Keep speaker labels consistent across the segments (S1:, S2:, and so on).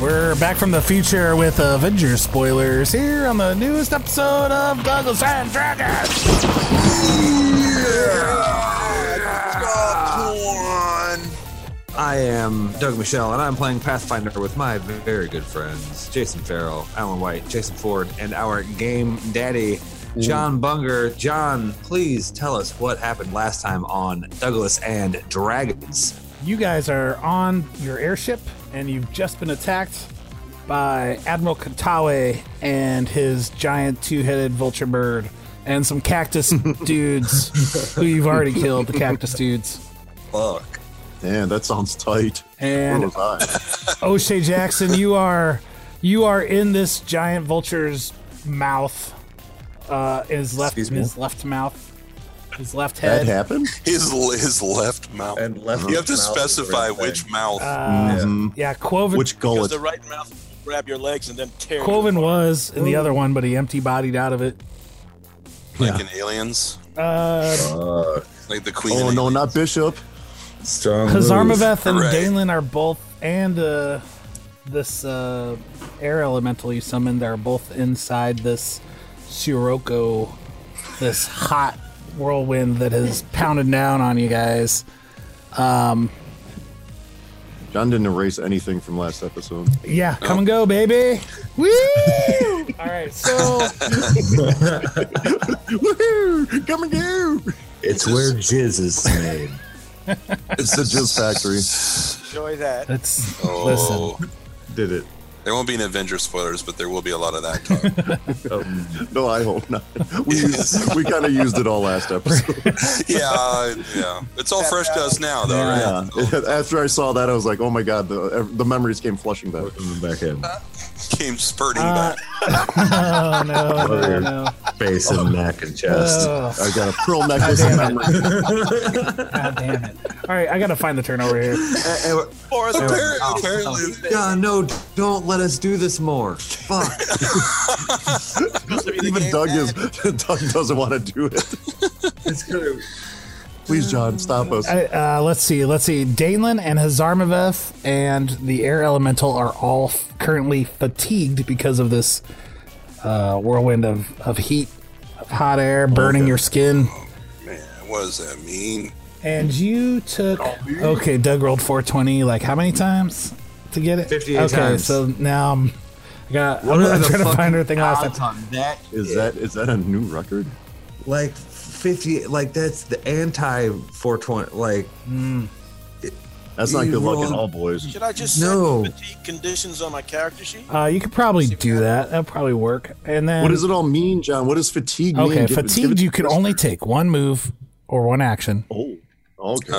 S1: We're back from the future with Avengers spoilers here on the newest episode of Douglas and Dragons.
S2: I am Doug Michelle, and I'm playing Pathfinder with my very good friends Jason Farrell, Alan White, Jason Ford, and our game daddy, John Bunger. John, please tell us what happened last time on Douglas and Dragons.
S1: You guys are on your airship, and you've just been attacked by Admiral Katawe and his giant two-headed vulture bird, and some cactus dudes who you've already killed. The cactus dudes.
S2: Fuck.
S3: Man, that sounds tight.
S1: And
S3: Where was
S1: O'Shea Jackson, you are you are in this giant vulture's mouth. Uh, in his left,
S2: Excuse
S1: in
S2: me?
S1: his left mouth, his left
S4: That
S1: head.
S4: happened?
S5: His his left mouth.
S4: And left
S5: you have to
S4: mouth
S5: specify
S4: is right
S5: which mouth.
S1: Uh,
S4: Mhm.
S1: yeah, Quoven.
S4: Which
S6: Because
S4: gullet?
S6: the right mouth will grab your legs and then tear. you
S1: Quoven
S6: apart,
S1: was in the other one, but he empty-bodied out of it.
S5: like in Aliens,
S1: Uh,
S4: Fuck.
S5: like the Queen.
S3: Oh
S5: in
S3: no, not Bishop.
S4: strong. move.
S1: Hazarmaveth and
S5: Hooray.
S1: Dalen are both, and uh, this uh, air elemental you summoned are both inside this Sirocco, this hot whirlwind that has pounded down on you guys.
S3: John didn't erase anything from last episode.
S1: Yeah, come and go, baby. Woo! All right, so
S3: Woohoo! Come and go!
S2: It's where jizz is made.
S3: It's the Jizz Factory.
S6: Enjoy that.
S1: let's listen.
S5: Oh,
S4: Did it?
S5: there won't be an Avenger spoilers, but there will be a lot of that talk.
S3: No, I hope not. We used, we kind of used it all last episode.
S5: yeah, uh, yeah. It's all fresh to us now, though,
S3: Yeah.
S5: right? It
S3: After I saw that, I was like, oh my god, the the memories came flushing back.
S4: Coming back in.
S5: Came spurting
S1: Uh,
S5: back.
S1: oh no, no,
S4: Brother.
S1: no. Oh,
S4: Face and neck and
S2: Oh,
S4: chest.
S1: Ugh.
S3: I got a pearl necklace and
S1: Damn it.
S3: memory.
S1: God damn it. All right, I gotta find the turnover here.
S5: Or apparently, apparently
S1: Oh.
S2: John, no, don't let us do this more. Fuck.
S3: Even Doug is Doug doesn't want to do it.
S2: It's gonna-
S3: Please, John, stop us.
S1: I, uh, let's see. Let's see. Danelin and Hazarmaveth and the Air Elemental are all f- currently fatigued because of this uh, whirlwind of, of heat, of hot air burning your skin.
S5: man, what does that mean?
S1: And you took. Okay, Doug rolled 420 like how many times to get it?
S2: 58
S1: okay,
S2: times.
S1: so now I'm, I got, I'm,
S2: What are
S1: I'm
S2: the
S1: trying to
S2: fucking
S1: find her thing last time.
S2: odds on that
S3: Is that is that a new record?
S2: like 50 like that's the anti 420 like
S3: That's not good luck
S2: Wrong.
S3: at all, boys.
S6: Should I just
S2: No.
S6: set fatigue conditions on my character sheet?
S1: Uh, you could probably do that. That'll probably work. And then
S3: What does it all mean, John? What does fatigue mean?
S1: Okay,
S3: Give it- give
S1: fatigued.
S3: it-
S1: You can only take one move or one action.
S3: Oh, okay.
S5: Oh, yeah.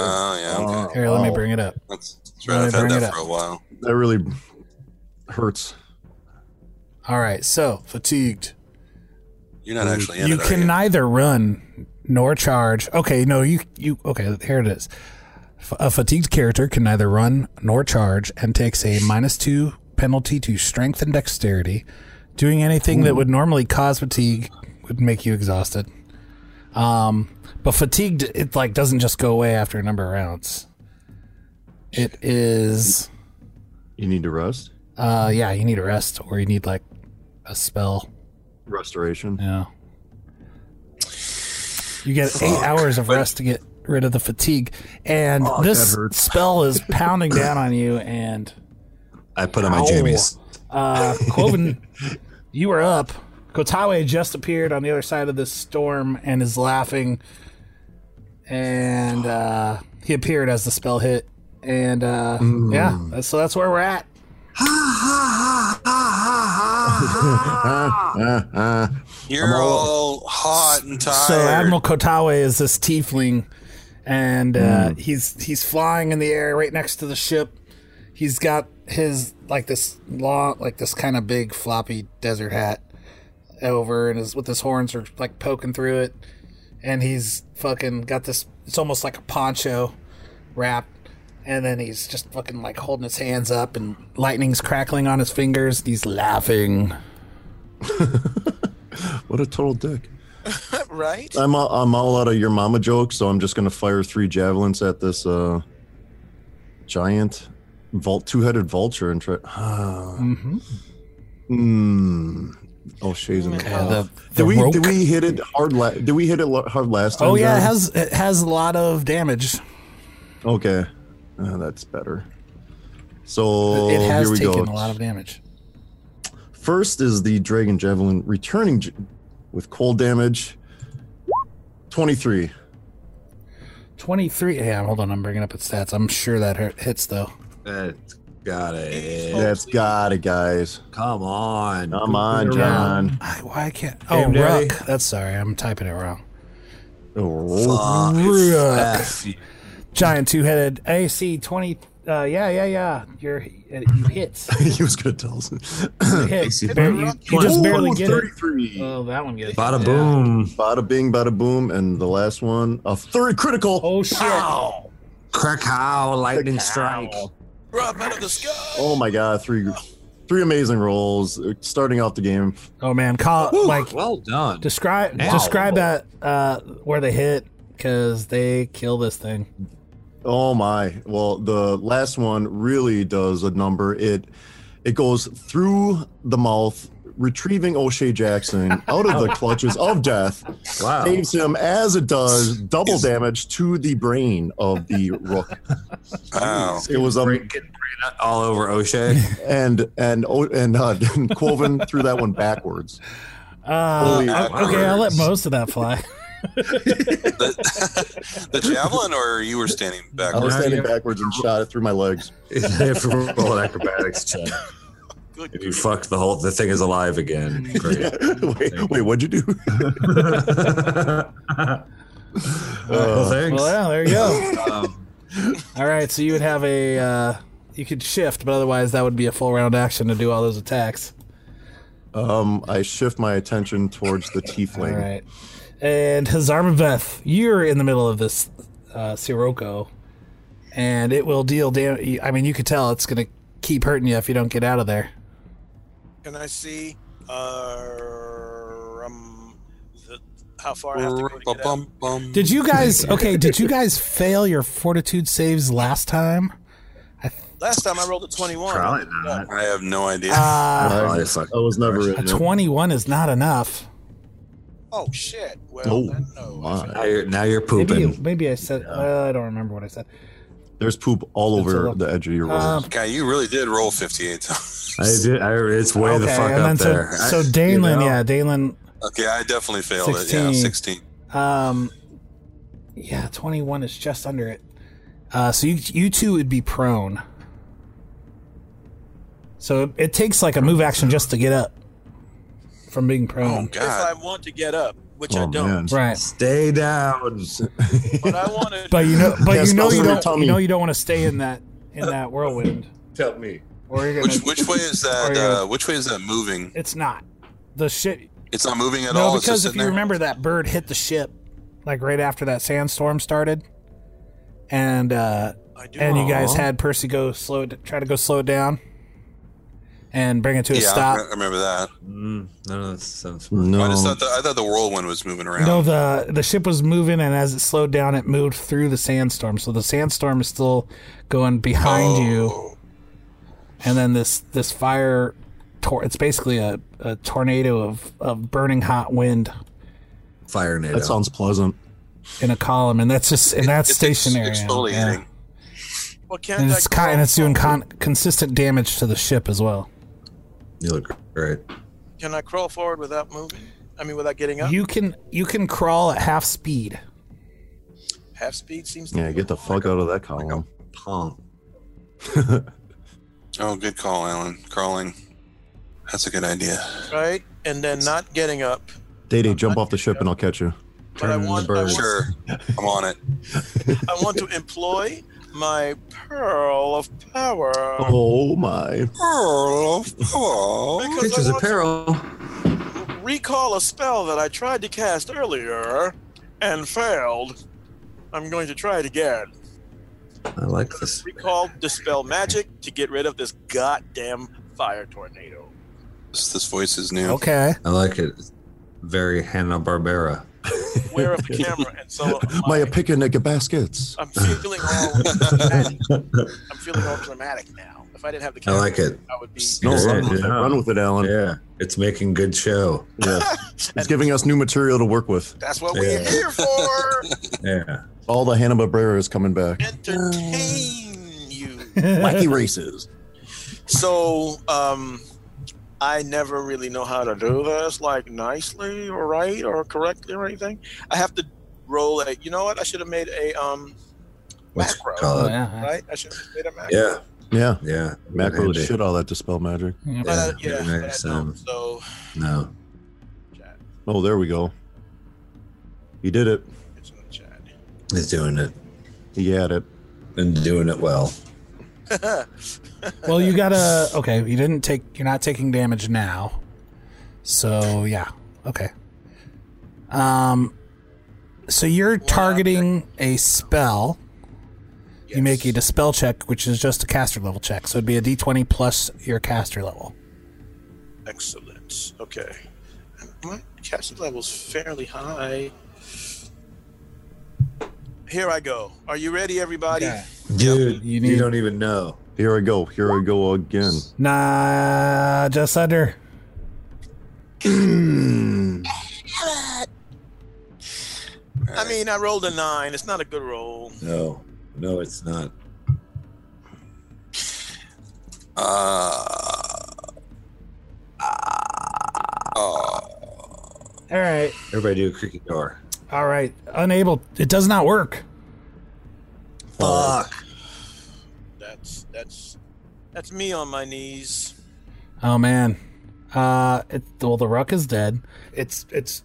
S5: Okay.
S3: Uh-huh.
S1: Here, let me
S3: wow.
S1: bring it up.
S5: That's, that's
S1: Let
S5: right.
S1: me
S5: I've had
S1: bring it
S5: that
S1: up.
S5: for a while.
S3: that really hurts.
S1: All right, so fatigued.
S5: You're not actually in
S1: You
S5: it, are
S1: can neither run nor charge. Okay, no, you you. Okay, here it is. F- A fatigued character can neither run nor charge and takes a minus two penalty to strength and dexterity. Doing anything that would normally cause fatigue would make you exhausted. Um, but fatigued, it like doesn't just go away after a number of rounds. It is.
S3: You need to rest.
S1: Uh, yeah, you need a rest, or you need like a spell.
S3: Restoration.
S1: Yeah. You get eight hours of rest to get rid of the fatigue, and this
S3: that hurts.
S1: spell is pounding down on you. And
S2: i put on my jammies
S1: uh, Quoven, you are up. Kotawe just appeared on the other side of this storm and is laughing. And uh, he appeared as the spell hit. And uh,
S3: Mm.
S1: yeah, that's- so that's where we're at.
S5: You're all hot and tired.
S1: So Admiral Kotawe is this tiefling, and uh,
S4: Hmm.
S1: he's he's flying in the air right next to the ship. He's got his like this long, like this kind of big floppy desert hat over, and his with his horns are like poking through it, and he's fucking got this. It's almost like a poncho wrap, and then he's just fucking like holding his hands up, and lightning's crackling on his fingers. and He's laughing.
S4: What a total dick.
S6: right?
S4: I'm all, I'm all out of your mama jokes, so I'm just gonna fire three javelins at this uh, giant, vault two-headed vulture and try.
S1: Mm-hmm.
S4: Hmm. Oh, shades in the
S1: Yeah, the,
S4: Did we
S1: rope-
S4: did we hit it hard? La- did we hit it lo- hard last time?
S1: oh yeah, it
S4: John?
S1: has it has a lot of damage.
S4: Okay, Uh, that's better. So
S1: it has
S4: Oh, here we
S1: taken
S4: go.
S1: a lot of damage.
S4: First is the Dragon Javelin returning j- with cold damage. 23.
S1: 23. Yeah, hold on. I'm bringing up its stats. I'm sure that hurt, hits, though.
S2: That's got it.
S4: That's got it, guys.
S2: Come on.
S4: Come on, John.
S1: I, why can't. Oh,
S2: Damn, Daddy.
S1: Ruck. That's sorry. I'm typing it wrong.
S4: Oh,
S1: Ruck.
S2: F you.
S1: Giant two headed AC 20. Uh, yeah, yeah, yeah. You're, uh, you hit.
S4: he was going to tell us.
S1: You hit.
S4: AC
S1: Bar- you, you just
S4: Ooh,
S1: barely get it.
S4: 33.
S1: Oh, that one gets
S2: Bada
S1: yeah.
S2: boom.
S4: Bada bing, bada boom. And the last one, a 30 critical.
S1: Oh, shit.
S2: Krakow lightning strike.
S6: Drop out of the sky.
S4: Oh, my God. Three three amazing rolls uh, starting off the game.
S1: Oh, man. Call, like,
S2: well done.
S1: describe
S2: Ow.
S1: describe that uh, where they hit because they kill this thing.
S4: Oh my! Well, the last one really does a number. It it goes through the mouth, retrieving O'Shea Jackson out of the clutches of death,
S2: wow.
S4: saves him as it does double damage to the brain of the rook.
S5: Wow.
S4: It was um,
S2: all over O'Shea.
S4: and and oh, and uh, Quoven threw that one backwards.
S1: Uh,
S4: Holy
S1: o- okay, I'll let most of that fly.
S5: The, the javelin, or you were standing back?
S4: I was
S2: Okay.
S4: standing backwards and shot it through my legs.
S2: if we roll an acrobatics check. If you fuck the whole, the thing is alive again. Great.
S4: wait, wait, what'd you do?
S2: well, thanks.
S1: Well, yeah, there you go.
S2: um,
S1: All right, so you would have a uh, you could shift, but otherwise that would be a full round action to do all those attacks.
S4: Um, I shift my attention towards the
S1: All
S4: tiefling.
S1: right, and Hazarmaveth, you're in the middle of this uh, Sirocco, and it will deal damage. I mean, you could tell it's gonna keep hurting you if you don't get out of there.
S6: Can I see uh, um, the, how far I have to go to get out?
S5: Bum, bum.
S1: Did you guys? Okay, did you guys fail your fortitude saves last time?
S6: Last time I rolled a 21.
S4: Probably
S6: not.
S5: I have no idea.
S1: Uh,
S2: probably fuck.
S4: I was never
S1: a
S4: in. it.
S1: twenty-one is not enough.
S6: Oh, shit. Well,
S4: Oh,
S6: then, no. I
S4: my.
S2: Now you're, now you're
S1: Maybe,
S2: pooping.
S1: maybe I said. Uh, I don't remember what I said.
S4: There's poop all
S1: It's a
S4: over
S1: lot.
S4: the edge of your rolls.
S1: Um,
S5: Guy, you really did roll 58 times.
S2: I did, I, it's way the fuck up
S1: so,
S2: there.
S1: so Danelin, yeah, Danelin.
S5: Okay, I definitely failed it.
S1: 16.
S5: Yeah, 16.
S1: Um, yeah, twenty-one is just under it. Uh, so you you two would be prone. So it, it takes like a move action just to get up from being
S5: Oh,
S1: prone.
S6: If I
S5: God.
S6: want to get up, which
S4: oh,
S6: I don't.
S4: man.
S1: Right,
S2: Stay down.
S6: But I want to.
S1: but you know, but
S4: Yes,
S1: you know
S4: also
S1: you
S4: your
S1: don't,
S4: tummy.
S1: you know you don't want to stay in that in that whirlwind.
S4: Tell me.
S1: Or you're gonna,
S5: Uh, Which, which way is
S1: or
S5: that?
S1: you're-
S5: Uh, which way is that moving?
S1: It's not the ship.
S5: It's not moving at all.
S1: No,
S5: it's just
S1: because if
S5: sitting
S1: you
S5: there?
S1: remember, that bird hit the ship like right after that sandstorm started, and uh,
S6: I do
S1: and you guys
S2: Aw.
S1: had Percy go slow, it, try to go slow it down, and bring it to a
S5: yeah, I
S1: stop.
S5: re- remember that.
S2: Mm, none of that sounds.
S4: No.
S5: I just thought the, I thought the whirlwind was moving around.
S1: No, the the ship was moving, and as it slowed down, it moved through the sandstorm. So the sandstorm is still going behind you,
S5: Oh.
S1: and then this this fire, tor- it's basically a, a tornado of of burning hot wind
S2: Fire NATO.
S4: That sounds pleasant.
S1: in a column, and that's just and that's
S5: It's
S1: stationary.
S5: Ex-
S1: Yeah.
S5: exfoliating.
S6: Well, can't
S1: And
S6: I
S1: it's, con- and
S6: call-
S1: it's doing con- consistent damage to the ship as well.
S2: You look great.
S6: Can I crawl forward without moving? I mean, without getting up.
S1: You can you can crawl at half speed.
S6: Half speed seems.
S4: Yeah, get the fuck out of that column.
S2: Punk.
S5: Oh, good call, Alan. Crawling. That's a good idea.
S6: right, and then not getting up.
S4: Day Day, jump off the ship and I'll catch you.
S6: But I
S4: Turn into
S6: want, I
S4: birds.
S6: want
S5: Sure, I'm on it.
S6: I want to employ my pearl of power.
S4: Oh my.
S5: Oh, oh.
S6: Because
S2: Creatures
S6: I want
S2: apparel.
S6: to recall a spell that I tried to cast earlier and failed. I'm going to try it again.
S2: I like this.
S6: Recall dispel magic to get rid of this goddamn fire tornado.
S5: This, this voice is new.
S1: Okay.
S2: I like it. It's Very Hanna Barbera.
S6: Where of the camera and so am
S4: My
S6: I.
S4: picnic baskets.
S6: I'm feeling all dramatic. I'm feeling all dramatic now. If I didn't have the
S2: I
S6: camera,
S2: like it.
S6: I would be.
S4: No,
S2: Yeah,
S4: run with it.
S2: yeah.
S4: Run with it, Alan.
S2: Yeah, it's making good show.
S4: Yeah. It's giving us new material to work with.
S6: That's what we're
S2: Yeah.
S6: here for.
S2: Yeah.
S4: All the Hanna Barbera is coming back.
S6: Entertain you.
S4: Wacky races.
S6: So, um, I never really know how to do this, like nicely or right or correctly or anything. I have to roll a. You know what? I should have made a um
S2: What's it
S6: Macro.
S2: called?
S1: Oh, yeah.
S6: right. I should have made a macro.
S2: Yeah.
S4: Yeah.
S2: Yeah.
S4: Macro
S2: Handy.
S4: shit all that dispel magic.
S6: But I-
S2: Yeah,
S6: yeah,
S2: very
S6: but I
S2: nice,
S6: don't,
S2: um,
S6: so
S2: No.
S6: chat,
S4: Oh, there we go. He did it.
S6: it's in the chat.
S2: He's doing it
S4: He had it.
S2: and doing it well.
S1: Well, you gotta. Okay, you didn't take. You're not taking damage now. So yeah. Okay. Um. So you're targeting a spell. You make a dispel check, which is just a caster level check. So it'd be a d20 plus your caster level.
S6: Excellent. Okay. My caster level's fairly high. Here I go. Are you ready, everybody?
S2: Dude,
S1: You
S2: you,
S1: need-
S2: don't even know.
S4: Here I go. Here I go again.
S1: Nah, just under.
S6: I mean, I rolled a nine. It's not a good roll.
S2: No. No, it's not.
S5: Uh, uh,
S1: All right.
S2: Everybody do a creaky door.
S1: All right. Unable. It does not work.
S2: Fuck.
S6: That's that's that's me on my knees.
S1: Oh man. Uh, it, well, the ruck is dead. It's it's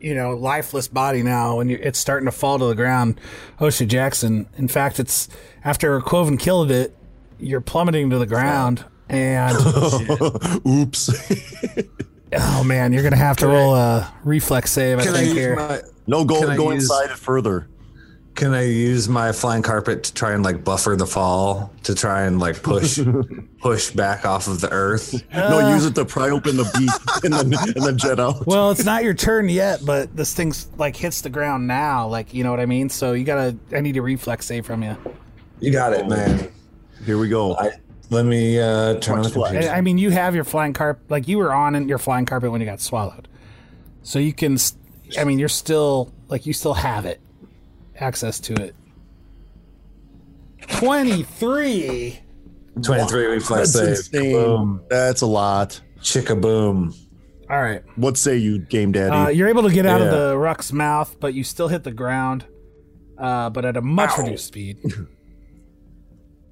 S1: you know lifeless body now, and you, it's starting to fall to the ground. Osha Jackson. In fact, it's after Quoven killed it. You're plummeting to the ground, and
S4: Oops.
S1: oh man, you're gonna have to roll a reflex save. I
S2: Can I,
S1: think
S2: use
S1: here.
S2: my,
S4: no, go
S2: Can I
S4: go
S2: use-
S4: inside it further.
S2: can I use my flying carpet to try and like buffer the fall to try and like push push back off of the earth?
S4: no, use it to pry open the beak and then and then jet out.
S1: well, it's not your turn yet, but this thing's like hits the ground now. Like you know what I mean. So you gotta. I need a reflex save from you.
S2: You got it, man.
S4: Here we go.
S2: I, let me uh, turn on the
S4: Watch what?
S2: computer.
S1: I I mean, you have your flying carpet. Like you were on in your flying carpet when you got swallowed, so you can. s- I mean, you're still like you still have it, access to it. Twenty three.
S2: 23 reflex
S4: That's
S2: save.
S4: insane.
S2: Boom.
S4: That's a lot.
S2: Chicka boom.
S1: All right,
S4: What say you, game daddy?
S1: uh, you're able to get out of
S4: Yeah.
S1: the ruck's mouth, but you still hit the ground, uh, but at a much reduced speed.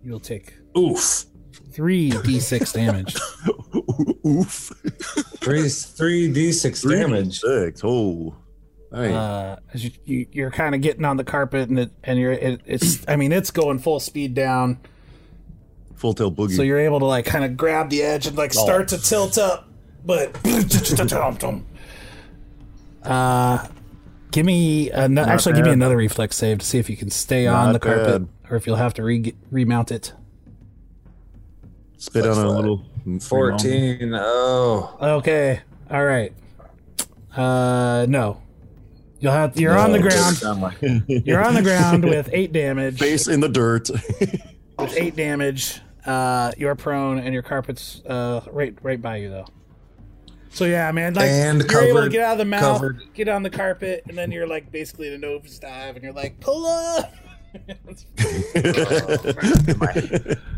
S1: You'll take
S2: Oof.
S1: three d6 damage.
S2: Uh,
S4: Oof.
S2: Three three d six damage.
S4: Six. Oh. Hey.
S1: uh, as you, you, you're kind of getting on the carpet and it, and you're it, it's I mean it's going full speed down,
S4: Full tail boogie.
S1: so you're able to like kind of grab the edge and like
S4: Oh.
S1: start to tilt up, but uh, give me an- actually give me
S4: bad.
S1: another reflex save to see if you can stay on
S4: Not
S1: the carpet
S4: bad.
S1: or if you'll have to re- remount it.
S4: Spit on a little.
S2: 14. Oh.
S1: Okay, all right. Uh, no, you'll have you're on the
S2: No, it doesn't
S1: ground.
S2: Oh, sound like-
S1: You're on the ground with eight damage.
S4: Face in the dirt.
S1: with eight damage. Uh, you're prone, and your carpet's uh, right right by you though. So yeah, man, like
S2: And
S1: you're able to
S2: covered-
S1: get out of the mouth,
S2: covered.
S1: get on the carpet, and then you're like basically in a nose dive, and you're like pull up.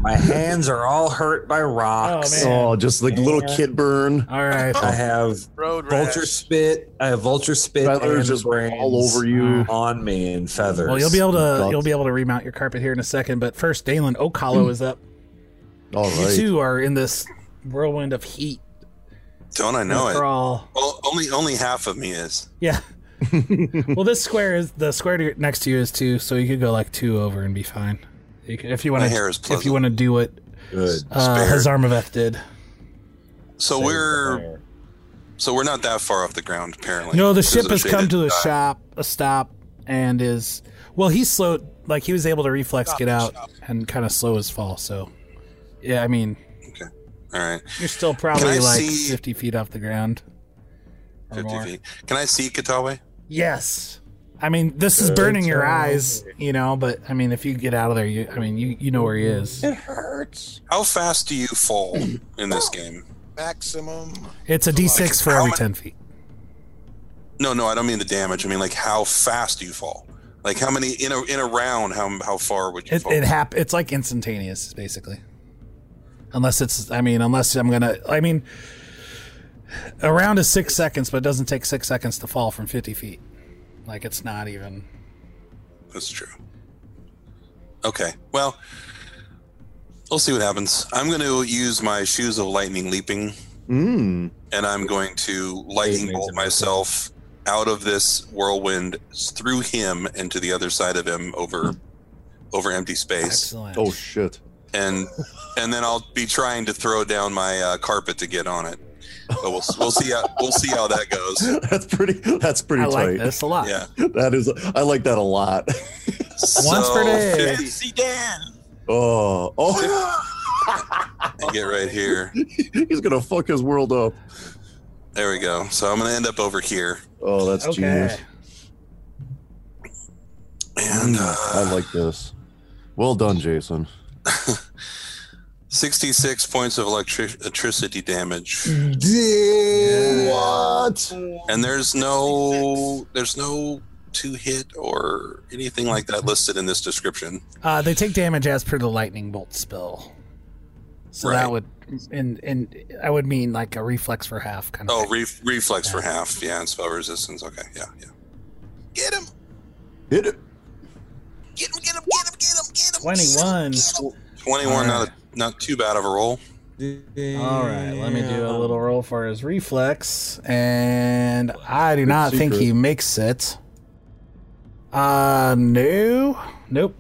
S2: My hands are all hurt by
S1: Oh,
S2: rocks.
S1: man.
S4: oh, just like little kid burn.
S1: All right,
S2: I have
S6: Road rash.
S2: vulture spit. I have vulture spit
S4: Feathers
S2: and
S4: just
S2: brains Uh.
S4: all over you.
S2: on me and feathers.
S1: well you'll be able to
S4: Got-
S1: you'll be able to remount your carpet here in a second, but first, Dalen Oak Hollow
S2: Hmm.
S1: is up.
S4: All
S1: You
S4: right.
S1: two are in this whirlwind of heat.
S5: don't I
S1: and
S5: know it?
S1: Crawl.
S5: Well, only only half of me is.
S1: Yeah. well, this square is the square to your- next to you is two, so you could go like two over and be fine. You could, if you want
S5: My hair is
S1: to, if you
S5: pleasant.
S1: want to do what
S4: Good.
S1: uh,
S5: Spare.
S1: Hazarmaveth did.
S5: So we're so we're not that far off the ground apparently.
S1: No, the
S5: This
S1: ship
S5: is a
S1: has come
S5: shaded
S1: to a
S5: dock.
S1: shop, a stop, and is well. He slowed, like he was able to reflex get out and kind of slow his fall. So, yeah, I mean,
S5: All right,
S1: you're still
S5: Can I
S1: probably like
S5: see-
S1: fifty feet off the ground. or
S5: fifty
S1: more.
S5: feet. Can I see Katawe?
S1: Yes. I mean, this is burning your eyes, you know. But I mean, if you get out of there, you I mean, you you know where he is.
S5: How fast do you fall in this game?
S6: Maximum.
S1: It's a d6 for
S5: How
S1: every
S5: many-
S1: ten feet.
S5: No, no, I don't mean the damage. I mean like how fast do you fall? Like how many in a in a round? How how far would you
S1: It
S5: fall?
S1: it hap- It's like instantaneous, basically. Unless it's, I mean, unless I'm gonna, I mean, a round is six seconds, but it doesn't take six seconds to fall from fifty feet. Like it's not even.
S5: That's true. Okay. Well, we'll see what happens. I'm going to use my shoes of lightning leaping,
S4: Mm.
S5: and I'm going to lightning bolt myself out of this whirlwind through him and to the other side of him over over empty space,
S1: Excellent.
S4: Oh shit.
S5: and and then I'll be trying to throw down my uh, carpet to get on it. But we'll we'll see how we'll see how that goes.
S4: That's pretty. That's pretty
S1: I like
S4: tight.
S1: this a lot.
S5: Yeah.
S4: That is. I like that a lot.
S1: Once per
S5: So,
S1: day.
S6: See Dan.
S4: Oh, oh,
S5: I get right here.
S4: he's gonna fuck his world up.
S5: There we go. So I'm gonna end up over here,
S4: Oh, that's
S1: Okay.
S4: genius.
S5: and
S1: Mm.
S5: uh,
S4: I like this. Well done, Jason.
S5: 66 points of electric- electricity damage.
S1: Mm.
S4: What?
S5: And there's no there's no two hit or anything like that listed in this description.
S1: Uh, they take damage as per the lightning bolt spell. So
S5: Right.
S1: that would, and and I would mean like a reflex for half kind of.
S5: Oh,
S1: thing.
S5: re- reflex for half. Yeah, and spell resistance. Okay. Yeah, yeah. Get him.
S4: Hit it.
S5: Get him, get him, get him, get him, get
S1: 21.
S5: him. 21 not a, not too bad of a roll.
S1: All right, let me do a little roll for his reflex, and I do not think he makes it. Uh, no, nope,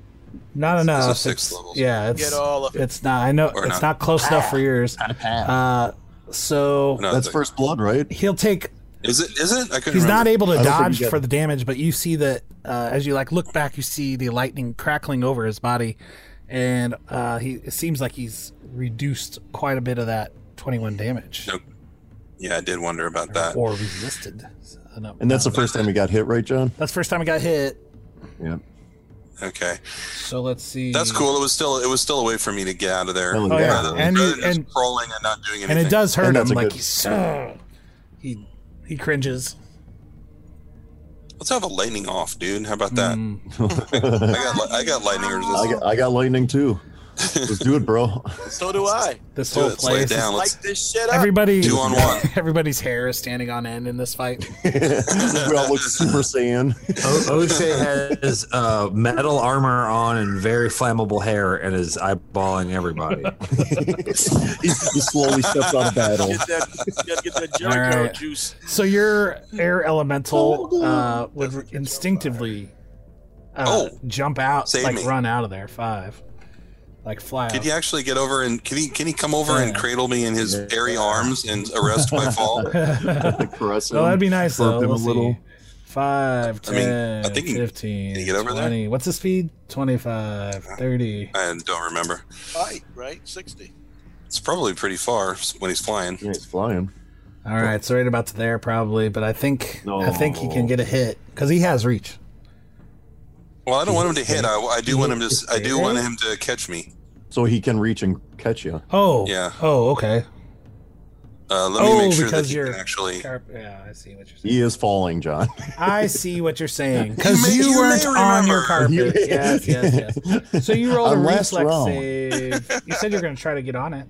S1: not enough.
S5: six
S1: It's-
S5: levels.
S1: Yeah, it's
S6: Get all of it.
S1: it's not. I know
S5: Or
S1: it's
S5: not.
S1: not close enough for yours. Uh, so
S5: No,
S4: That's
S5: the-
S4: first blood, right?
S1: he'll take
S5: Is it is it? I couldn't
S1: he's not able to
S4: I don't think
S1: dodge
S4: he got
S1: for the damage, but you see that uh, as you like look back, you see the lightning crackling over his body, and uh, he it seems like he's reduced quite a bit of that twenty-one damage,
S5: Nope. yeah, I did wonder about that.
S1: or resisted. So, no,
S4: And that's
S1: no.
S4: the first time he got hit, right, John?
S1: that's the first time I got hit.
S4: Yeah.
S5: Okay.
S1: So let's see.
S5: That's cool. It was still it was still a way for me to get out of there.
S4: Hell yeah.
S5: Rather than-
S1: Oh, And you-
S5: rather than just
S1: and-
S5: crawling and not doing anything.
S1: and it does hurt
S4: And
S1: him.
S4: that's a
S1: Like
S4: good-
S1: he's "Ugh." he he cringes.
S5: Let's have a lightning off, dude. How about that?
S1: Mm.
S5: I got li- I got lightning
S4: I
S5: resistance.
S4: got, I got lightning too. Let's do it, bro.
S6: So do I.
S1: This
S5: Do
S1: whole
S5: it. Lay
S1: place.
S5: down.
S6: Like
S5: Let's,
S6: this shit up.
S1: Everybody,
S5: Two on one.
S1: everybody's hair is standing on end in this fight.
S4: we all look Super Saiyan.
S2: O- O'Shea has uh, metal armor on and very flammable hair and is eyeballing everybody.
S4: he, he slowly steps out of battle.
S6: Get that, you gotta get that
S1: All
S6: Jericho
S1: right.
S6: juice.
S1: So your air
S4: Oh,
S1: elemental uh, would instinctively uh,
S5: Oh.
S1: jump out,
S5: Save
S1: like
S5: me.
S1: run out of there. Five, like fly.
S5: Could
S1: Out.
S5: he actually get over and can he can he come over and
S1: Yeah.
S5: cradle me in his airy arms and arrest my fall?
S1: no,
S4: Caress him.
S1: Oh, that'd be nice though.
S4: Burp him
S1: We'll
S4: a little.
S1: see. Five,
S5: I mean, I
S1: 10,
S5: think he-
S1: 15,
S5: he get over there? Uh,
S1: 20. What's the speed? 25, 30.
S5: I don't remember.
S6: Right, right? 60.
S5: It's probably pretty far when he's flying.
S4: Yeah, he's flying.
S1: All right, so right about to there probably, but I think I think he can
S4: No.
S1: get a hit because he has reach.
S5: Well, I don't want him to hit. I, I do want him to. I do want him to catch me.
S4: So he can reach and catch you.
S1: Oh,
S5: Yeah.
S1: Oh, okay.
S5: Uh, let me
S1: Oh,
S5: make sure that
S1: because
S5: he
S1: you're-
S5: can actually.
S1: Carp- Yeah, I see what you're saying.
S4: He is falling, John.
S1: I see what you're saying
S5: You
S1: because
S5: may-
S1: you,
S5: you may
S1: weren't on your
S5: remember.
S1: carpet. yes, yes, yes. So you rolled a
S4: I'm last
S1: reflex
S4: round.
S1: save. You said you're going to try to get on it.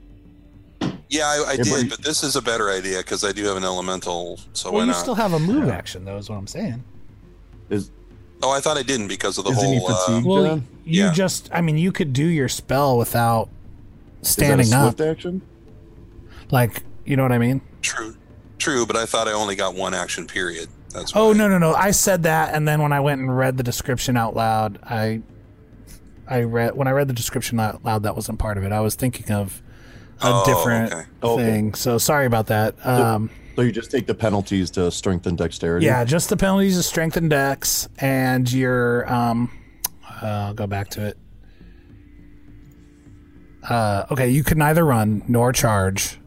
S5: Yeah, I, I
S4: but
S5: did,
S4: he-
S5: but this is a better idea because I do have an elemental. So
S1: well,
S5: why
S1: you
S5: not?
S1: still have a move action, though, is what I'm saying.
S4: Is,
S5: oh, I thought I didn't because of the
S4: isn't he
S5: whole. Uh,
S4: fatigued,
S1: Well,
S4: John?
S1: you
S5: Yeah.
S1: just, I mean, you could do your spell without
S4: Is that a
S1: standing up.
S4: swift action?
S1: Like, you know what I mean?
S5: true, true, but I thought I only got one action period. That's
S1: Oh
S5: why.
S1: no no no! I said that, and then when I went and read the description out loud, I, I read when I read the description out loud, that wasn't part of it. I was thinking of a
S5: Oh,
S1: different
S5: okay.
S4: Okay.
S1: thing. So sorry about that. Um,
S4: So you just take the penalties to strength and dexterity.
S1: yeah, just the penalties of strength and dex, and your um, uh, I'll go back to it. Uh, okay, you can neither run nor charge,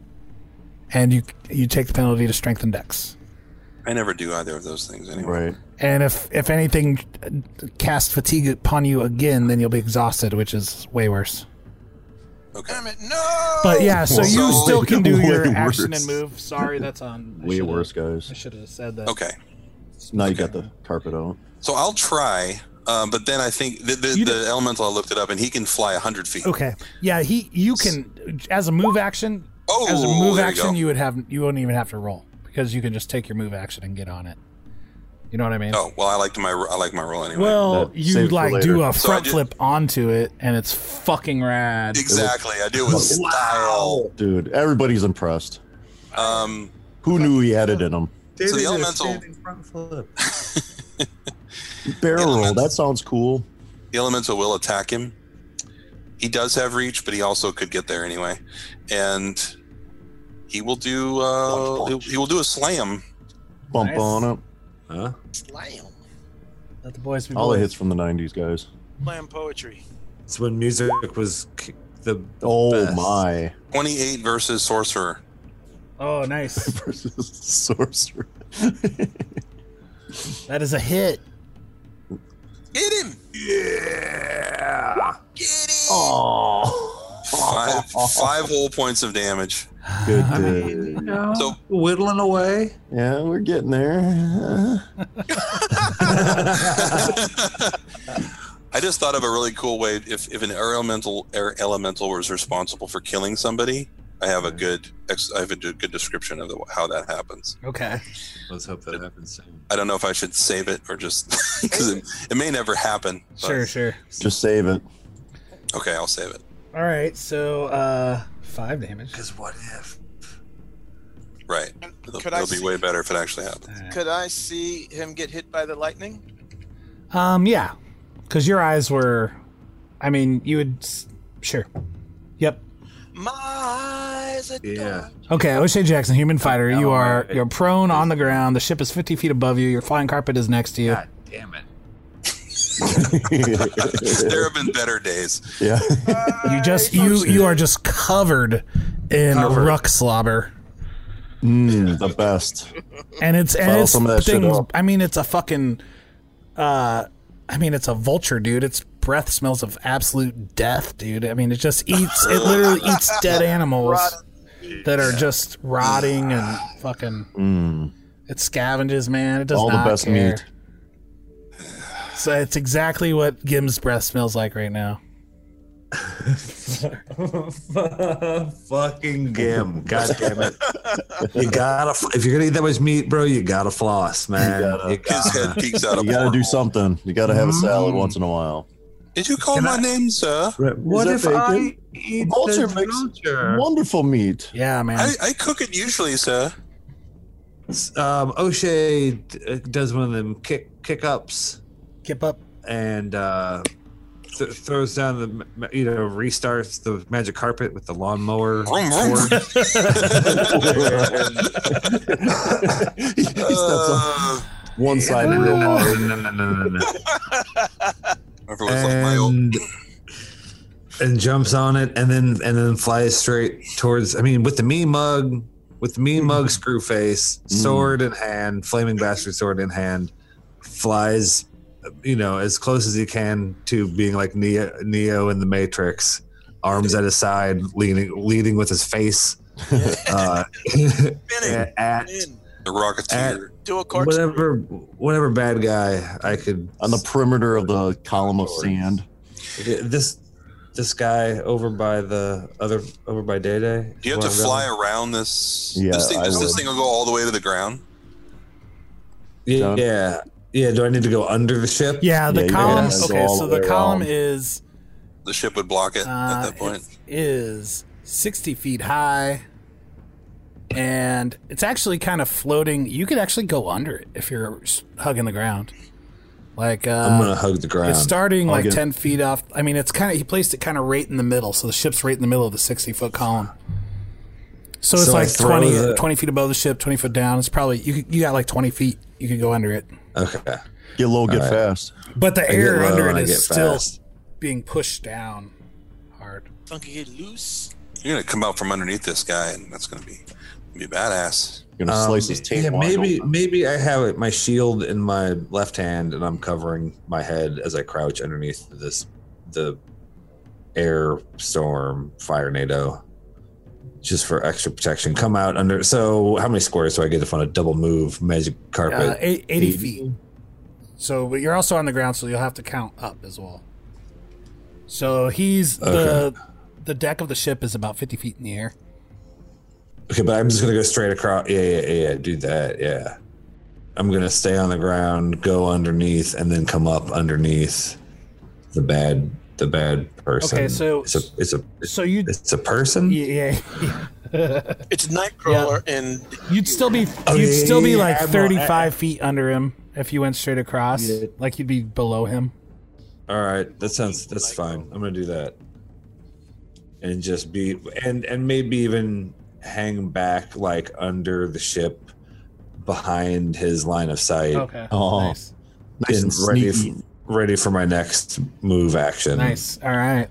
S1: and you you take the penalty to strength and dex.
S5: I never do either of those things anyway.
S4: Right.
S1: And if if anything uh, casts fatigue upon you again, then you'll be exhausted, which is way worse.
S5: Okay.
S6: Damn it! No.
S1: But yeah, so you
S5: So-
S1: still can do
S4: Oh, Way
S1: your action
S4: worse.
S1: and move. Sorry, that's on. I
S4: Way
S1: should've-
S4: worse,
S1: I
S4: guys.
S1: should have said that.
S5: Okay.
S4: Now you got the carpet out.
S5: So I'll try, um, but then I think the, the,
S1: You
S5: the elemental I looked it up and he can fly hundred feet.
S1: Okay. Yeah, he you can as a move action.
S5: Oh,
S1: as a move
S5: there
S1: action,
S5: you,
S1: you, would have you wouldn't even have to roll because you can just take your move action and get on it. You know what I mean?
S5: go. Oh well, I liked my I like my roll anyway.
S1: well,
S4: That
S1: you
S4: saves for
S1: like
S4: later.
S1: do a
S5: So I
S1: front
S5: did-
S1: flip onto it, and it's fucking rad.
S5: exactly, I do it with style.
S4: Dude, everybody's impressed.
S5: Um,
S4: Who knew he had it in him?
S2: David
S5: the
S2: did a
S5: elemental-
S2: standing front flip.
S4: Barrel
S5: Yeah,
S4: roll. That sounds cool.
S5: the elemental will attack him. He does have reach, but he also could get there anyway, and he will do uh,
S4: Punch, punch.
S5: he will do a slam.
S4: Bump
S1: Nice.
S4: on up.
S2: Huh?
S6: Slam.
S1: Let the boys be
S4: All the
S1: boys.
S4: hits from the 90s, guys.
S6: Slam poetry.
S2: It's when music was k- the
S4: Oh
S2: best.
S4: my.
S5: Twenty eight versus sorcerer.
S1: Oh, nice.
S4: Versus sorcerer.
S1: that is a hit.
S5: Get him!
S2: Yeah.
S5: Get him!
S4: Oh.
S5: Five five whole points of damage.
S4: Good
S1: I mean,
S4: day.
S5: So-
S2: whittling away.
S4: Yeah, we're getting there.
S5: I just thought of a really cool way. If, if an air elemental air elemental was responsible for killing somebody, I have a good ex, I have a good description of the, how that happens.
S1: Okay.
S2: Let's hope that happens soon.
S5: I don't know if I should save it or just because it, it may never happen. but-
S1: Sure, sure.
S4: Just save it.
S5: Okay, I'll save it.
S1: All right, so uh five damage.
S2: Because what if?
S5: Right, it'll,
S6: Could I
S5: it'll be
S6: see-
S5: way better if it actually happens.
S6: Could I see him get hit by the lightning?
S1: Um, yeah, because your eyes were, I mean, you would, s- sure, yep.
S6: My eyes are
S2: Yeah.
S6: dark.
S1: Okay, O'Shea Jackson, human fighter. You
S2: Oh,
S1: are
S2: right.
S1: you're prone on the ground. The ship is fifty feet above you. Your flying carpet is next to you.
S2: God damn it.
S5: there have been better days.
S4: yeah.
S1: You just you you are just covered in
S2: Covered.
S1: ruck slobber,
S4: Mm, the best.
S1: and it's and
S4: File
S1: it's
S4: some of that shit
S1: things.
S4: up.
S1: I mean, it's a fucking, uh, I mean, it's a vulture, dude. Its breath smells of absolute death, dude. I mean, it just eats. it literally eats dead animals. that are just rotting and fucking.
S4: Mm.
S1: It scavenges, man. It does
S4: All the
S1: not
S4: best
S1: care.
S4: meat.
S1: So it's exactly what Gim's breath smells like right now.
S2: Fucking gim. God damn it. You gotta, if you're gonna eat that much meat, bro, you gotta floss, man.
S4: You gotta-
S2: You
S5: His
S2: gotta-
S5: head peeks out. a
S4: You gotta do
S5: porthole.
S4: something. You gotta have a salad
S2: Mm.
S4: once in a while.
S5: Did you call
S2: Can
S5: my
S2: I-
S5: name, sir?
S2: What
S4: that
S2: if
S4: bacon?
S2: I eat
S4: Vulture
S2: vulture
S4: makes-
S2: vulture?
S4: Wonderful meat.
S1: Yeah, man.
S5: I, I cook it usually, sir.
S2: Um, O'Shea d- does one of them kick kick ups
S1: Kip up.
S2: and uh, th- throws down the ma- ma- you know restarts the magic carpet with the lawnmower.
S5: Vroom, vroom.
S2: cord.
S4: he steps on
S5: Uh,
S4: one side real hard.
S2: No, no, no, no, no.
S5: everyone's like my old.
S2: and and jumps on it and then and then flies straight towards i mean with the me mug with the me
S4: Mm.
S2: mug screw face sword in hand flaming bastard sword in hand flies you know as close as he can to being like neo neo in the matrix arms at his side leaning leading with his face uh,
S6: Spinning.
S2: at
S6: In.
S5: The Rocketeer.
S6: Do a corkscrew.
S2: whatever whatever bad guy i could
S4: on the perimeter of the column of sand.
S2: Yeah, this this guy over by the other over by Day Day.
S5: Do you have to fly around this?
S4: Yeah,
S5: this thing,
S4: I
S5: does this
S4: would.
S5: thing will go all the way to the ground?
S2: Yeah,
S4: down?
S2: yeah, yeah. Do I need to go under the ship?
S1: Yeah, the
S4: Yeah, you
S1: column.
S4: guys
S1: Okay,
S4: all
S1: so
S4: the
S1: the
S4: way
S1: column
S4: around.
S1: is
S5: The ship would block it
S1: uh,
S5: at that point.
S1: it is sixty feet high. and it's actually kind of floating. You could actually go under it if you're s- hugging the ground. Like uh,
S2: I'm gonna hug the ground.
S1: it's starting like
S4: get-
S1: ten feet off. I mean, it's kind of he placed it kind of right in the middle, so the ship's right in the middle of the sixty foot column. So it's
S2: So I
S1: like
S2: throw
S1: 20,
S2: the-
S1: 20 feet above the ship, twenty foot down. It's probably you could, you got like twenty feet. You could go under it,
S2: okay.
S4: Get low, get fast.
S1: but the
S2: I
S1: air
S2: get low
S1: under
S2: and
S1: it
S2: I get
S1: is still
S2: fast.
S1: being pushed down hard.
S7: Funky get loose.
S5: You're gonna come out from underneath this guy, and that's gonna be be badass.
S4: You're gonna
S2: Um,
S4: slice his tail.
S2: yeah,
S4: wide
S2: maybe
S4: open.
S2: maybe I have it, my shield in my left hand and I'm covering my head as I crouch underneath this the air storm fire NATO just for extra protection. Come out under so how many squares do I get if on a double move magic carpet?
S1: Uh, eight, eighty
S2: Eighty.
S1: feet. So, but you're also on the ground, so you'll have to count up as well. So he's the the deck of the ship is about fifty feet in the air.
S2: Okay, but I'm just gonna go straight across. Yeah, yeah, yeah, yeah. Do that. Yeah, I'm gonna stay on the ground, go underneath, and then come up underneath the bad, the bad person.
S1: Okay, so-
S2: it's a, it's a,
S1: So you,
S2: it's a person.
S1: yeah,
S6: It's Nightcrawler and
S1: you'd still be
S2: Oh,
S1: you'd
S2: yeah, yeah,
S1: still be
S2: yeah,
S1: like
S2: I'm-
S1: thirty five feet under him if you went straight across.
S2: Yeah.
S1: Like you'd be below him.
S2: All right, that sounds that's fine. I'm gonna do that, and just be and and maybe even hang back like under the ship, behind his line of sight,
S1: Okay.
S4: Oh.
S1: Nice.
S4: nice and
S2: and ready, f-
S4: sneaky.
S2: ready for my next move action.
S1: Nice. All right.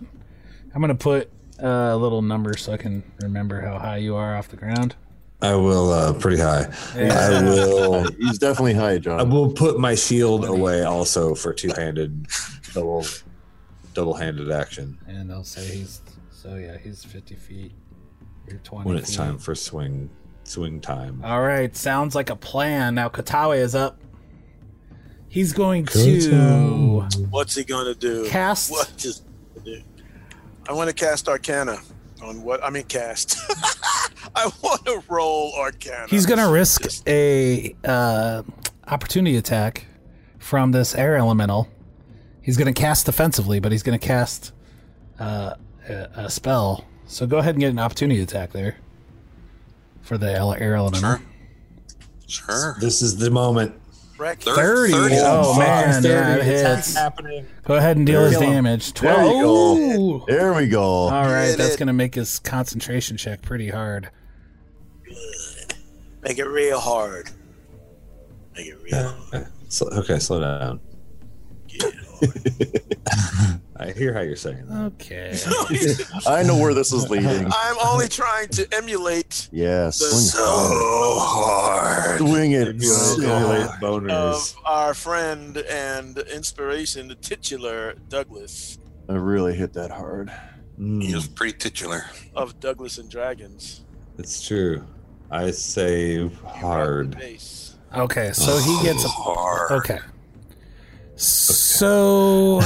S1: I'm gonna put a little number so I can remember how high you are off the ground.
S2: I will uh, pretty high. I
S1: Yeah.
S2: will.
S4: Oh, He's definitely high,
S2: I
S4: John.
S2: will put my shield away also for two-handed, double, double-handed action
S1: And I'll say he's so yeah, he's fifty feet. You're twenty.
S2: when it's
S1: feet.
S2: time for swing, swing time.
S1: All right, sounds like a plan. Now Katawe is up. He's going
S2: Katawe.
S1: to
S6: what's he gonna do?
S1: cast.
S6: What is he gonna do? I want to cast Arcana on what? I mean, cast. I want to roll Arcana.
S1: He's going to risk a uh, opportunity attack from this air elemental. He's going to cast defensively, but he's going to cast uh, a, a spell. So go ahead and get an opportunity attack there for the ele- air elemental.
S5: Sure. Sure.
S2: This is the moment.
S6: wreck.
S5: Thir-
S1: Thirty. Oh, man, that hits.
S2: happening.
S1: Go ahead and deal his
S4: Kill him.
S1: damage.
S4: There
S1: Twelve.
S4: you go. There we go.
S1: All right,
S6: Did
S1: that's
S6: it.
S1: going to make his concentration check pretty hard.
S6: Make it real hard. Make it real. hard.
S2: So, okay, slow down.
S6: Yeah.
S2: I hear how you're saying
S1: Uh,
S2: that.
S1: Okay.
S4: I know where this is leading.
S6: I'm only trying to emulate.
S4: Yeah, swing,
S6: So
S5: hard.
S4: swing it.
S2: Simulate
S4: Simulate.
S2: boners.
S6: of um, our friend and inspiration, the titular Douglas
S4: I really hit that hard.
S5: He
S2: Mm,
S5: was pretty titular.
S6: of Douglas and Dragons.
S2: it's true. I save
S6: You rock the
S2: hard.
S6: base.
S1: Okay, so he gets a
S4: Oh.
S5: Hard.
S1: Okay. So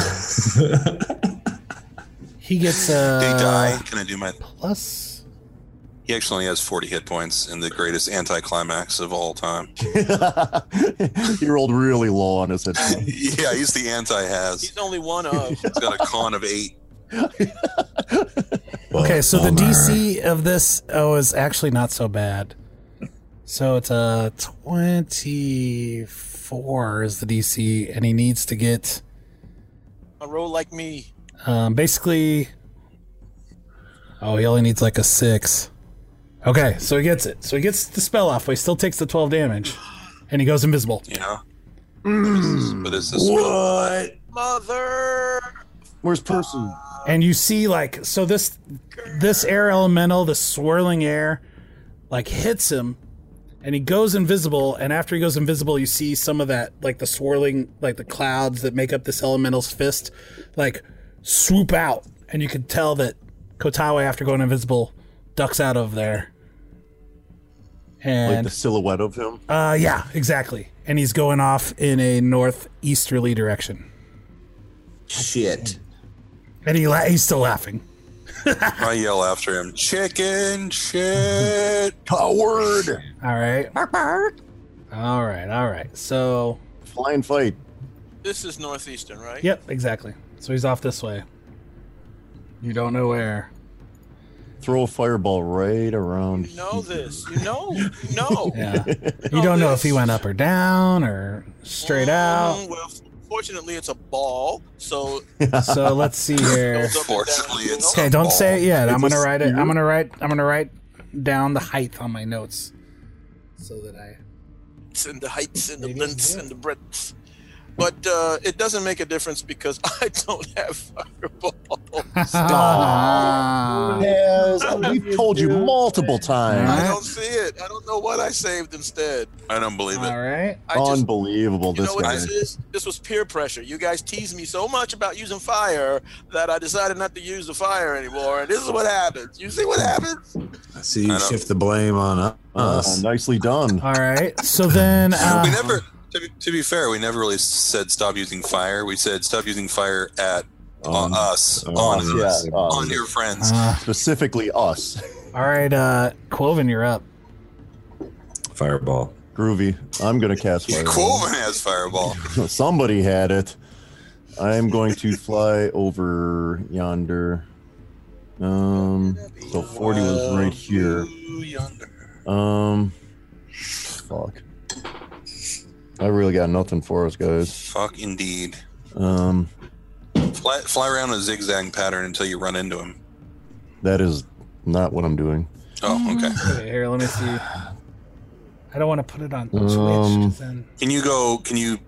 S1: he gets a
S5: Did he die? Can I do my?
S1: plus.
S5: He actually only has 40 hit points in the greatest anticlimax of all time.
S4: he rolled really low on his hit. point.
S5: yeah, he's the anti-has.
S6: He's only one of.
S5: He's got a con of eight.
S2: Oh,
S1: Okay, so the
S2: Bummer.
S1: DC of this oh is actually not so bad. So it's a twenty-four is the DC, and he needs to get
S6: A roll like me.
S1: um, basically. Oh, he only needs like a six. Okay, so he gets it. So he gets the spell off, but he still takes the twelve damage, and he goes invisible.
S5: You know. But is this? What?
S6: Mother.
S4: Where's Percy?
S1: and you see like so this this air elemental the swirling air like hits him and he goes invisible and after he goes invisible you see some of that like the swirling like the clouds that make up this elemental's fist like swoop out and you can tell that kotawe after going invisible ducks out of there
S4: Like
S1: and
S4: the silhouette of him.
S1: uh yeah exactly and he's going off in a northeasterly direction
S2: Shit.
S1: and he la- he's still laughing
S5: I yell after him. Chicken shit.
S4: Coward!
S1: All right. All right. All right. So,
S4: Flying fight.
S6: This is northeastern, right?
S1: yep, exactly. So he's off this way. You don't know where.
S4: throw a fireball right around.
S6: You know this. You know. You know.
S1: Yeah. You don't know if he went up or down or straight out.
S6: Mm, Well, fortunately, it's a ball, so
S1: So let's see here.
S6: it goes up and down,
S5: Fortunately,
S6: you
S5: it's-
S6: know?
S1: Okay, don't say it yet. I'm gonna
S4: just-
S1: write it. I'm gonna write. I'm gonna write down the height on my notes, so that I.
S6: and the heights and the
S1: Maybe
S6: lengths
S1: it's
S6: and the breadths. But uh, it doesn't make a difference because I don't have fireball.
S1: Ah.
S4: Yes, we've told you multiple times.
S1: Alright.
S6: I don't see it. I don't know what I saved instead.
S5: I don't believe it.
S1: All right.
S6: I just,
S4: Unbelievable,
S6: you
S4: this
S6: know what
S4: guy.
S6: this is? This was peer pressure. You guys teased me so much about using fire that I decided not to use the fire anymore. And this is what happens. You see what happens?
S2: So
S5: I
S2: you
S5: know.
S2: shift the blame on u-
S4: Uh,
S2: us.
S4: nicely done.
S1: All right. So then.
S5: we
S1: Uh,
S5: never, to be, to be fair, we never really said stop using fire. We said stop using fire at on
S4: Um,
S5: us,
S4: uh,
S5: on
S4: yeah,
S5: us,
S4: uh,
S5: on your friends.
S1: uh,
S4: specifically us.
S1: all right. Uh, Quoven, you're up.
S2: Fireball.
S4: Groovy. I'm gonna cast
S5: Quoven
S4: fire.
S5: has fireball.
S4: Somebody had it. I am going to fly over yonder. Um, so 40 was right here. Um, fuck. I really got nothing for us, guys.
S5: Fuck indeed.
S4: Um,
S5: Fly, fly around a zigzag pattern until you run into him.
S4: that is not what I'm doing.
S5: Oh, okay.
S1: Okay, here, let me see. Um, I don't want to put it on Switch. 'cause then
S5: Can you go? Can you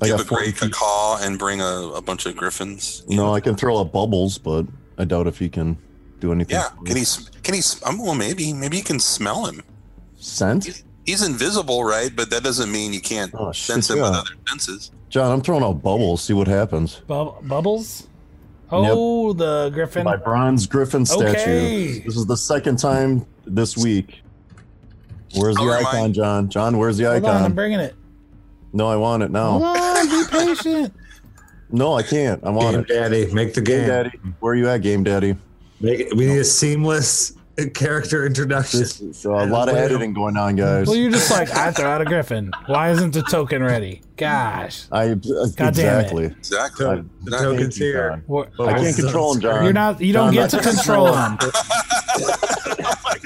S4: I
S5: give
S4: got
S5: a great
S4: 40 feet.
S5: caw and bring a, a bunch of griffins?
S4: No, I can throw up bubbles, but I doubt if he can do anything.
S5: Yeah. Can he? sm- Can he? sm- um, Well, maybe. Maybe you can smell him.
S4: Scent?
S5: He's invisible, right? But that doesn't mean you can't
S4: Oh, shit,
S5: sense him with
S4: yeah.
S5: other senses.
S4: John, I'm throwing out bubbles. See what happens.
S1: bub- bubbles. Oh, the Griffin.
S4: My bronze griffin statue.
S1: Okay.
S4: This is the second time this week. Where's the
S5: I'll
S4: icon,
S5: remind-
S4: John? John, where's the
S1: Hold on, I'm
S4: icon?
S1: bringing it.
S4: no, I want it
S1: Hold
S4: now.
S1: on, be patient.
S4: No, I can't. I want
S2: Game
S4: it.
S2: Daddy, make the
S4: Game
S2: game.
S4: Daddy, where are you at, Game Daddy?
S2: Make it, we need a seamless character introduction.
S4: This is, uh, a lot of editing going on, guys.
S1: Well, you're just like I throw out a Griffin. Why isn't the token ready? Gosh.
S4: I uh,
S1: God damn it.
S4: exactly.
S5: Exactly.
S2: To- the
S5: Thank
S2: token's
S4: you,
S2: here.
S4: John.
S1: What-
S2: But
S4: I
S2: we'll
S4: can't control him, John.
S1: You're not. You don't
S4: John,
S1: get
S4: I
S1: to
S4: can't
S1: control them.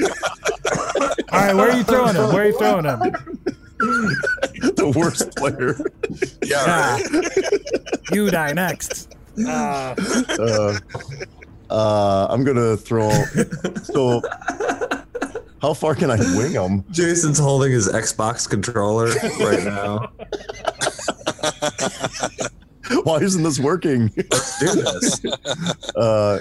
S1: All right, where are you throwing them? Where are you throwing them?
S4: the worst player.
S5: Yeah.
S1: Ah. you die next. Uh,
S4: Uh, uh, I'm gonna throw. So, how far can I wing him?
S2: Jason's holding his Xbox controller right now.
S4: Why isn't this working?
S2: Do this.
S4: Uh,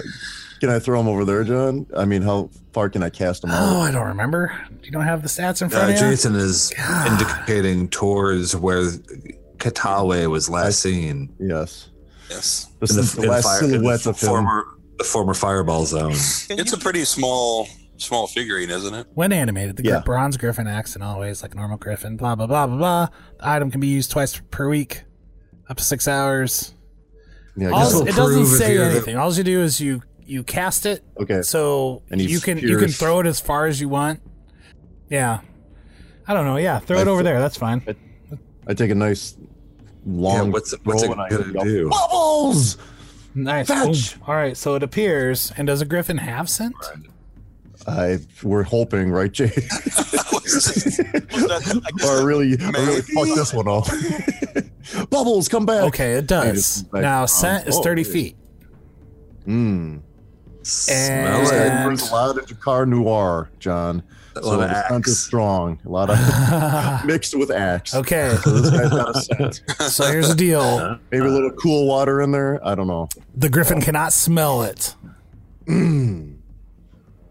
S4: can I throw him over there, John? I mean, how far can I cast him
S1: oh,
S4: out?
S1: I don't remember. You don't have the stats in
S2: Uh,
S1: front of you.
S2: Jason is indicating towards where Katawe was last seen.
S4: Yes.
S5: Yes.
S4: This
S2: in
S4: is the
S2: in
S4: last
S2: fire- in the
S4: silhouette of him.
S2: former the former Fireball Zone.
S5: It's a pretty small small figurine, isn't it?
S1: When animated, the
S4: Yeah.
S1: gr- bronze griffin acts in all ways like a normal griffin. Blah blah blah blah blah. The item can be used twice per week, up to six hours.
S4: Yeah, I
S1: All-
S4: guess.
S2: will
S1: it doesn't
S2: prove if
S1: say
S2: you're the-
S1: anything. All you do is you you cast it,
S4: okay.
S1: so
S4: And he
S1: you can you can
S4: spears.
S1: throw it as far as you want. Yeah, I don't know. Yeah, throw
S4: I
S1: it over
S4: thi-
S1: there. That's fine.
S4: I take a nice long.
S2: Yeah, what's it- what's
S4: throw
S2: it
S4: and I
S2: gonna
S4: go,
S2: do?
S4: Bubbles.
S1: Nice.
S4: Fetch!
S1: Boom. All right. So it appears, and does a griffin have scent?
S4: I we're hoping, right, Jay?
S6: Was that- I guess
S4: or I really, I really
S5: Maybe.
S4: fuck this one off. Bubbles, come back.
S1: Okay, it
S4: I
S1: does.
S4: just- I-
S1: Now
S4: um,
S1: scent is
S4: oh,
S1: thirty
S4: yeah.
S1: feet.
S4: Mm.
S2: Smell
S1: And-
S2: it.
S4: There's a lot of Dakar Noir, John.
S2: A
S4: So
S2: lot of
S4: the scent is
S2: axe.
S4: strong. A lot of mixed with axe.
S1: okay.
S4: So this guy's got a scent.
S1: So here's the deal:
S4: Maybe a little cool water in there. I don't know.
S1: the griffin cannot smell it.
S4: Mm.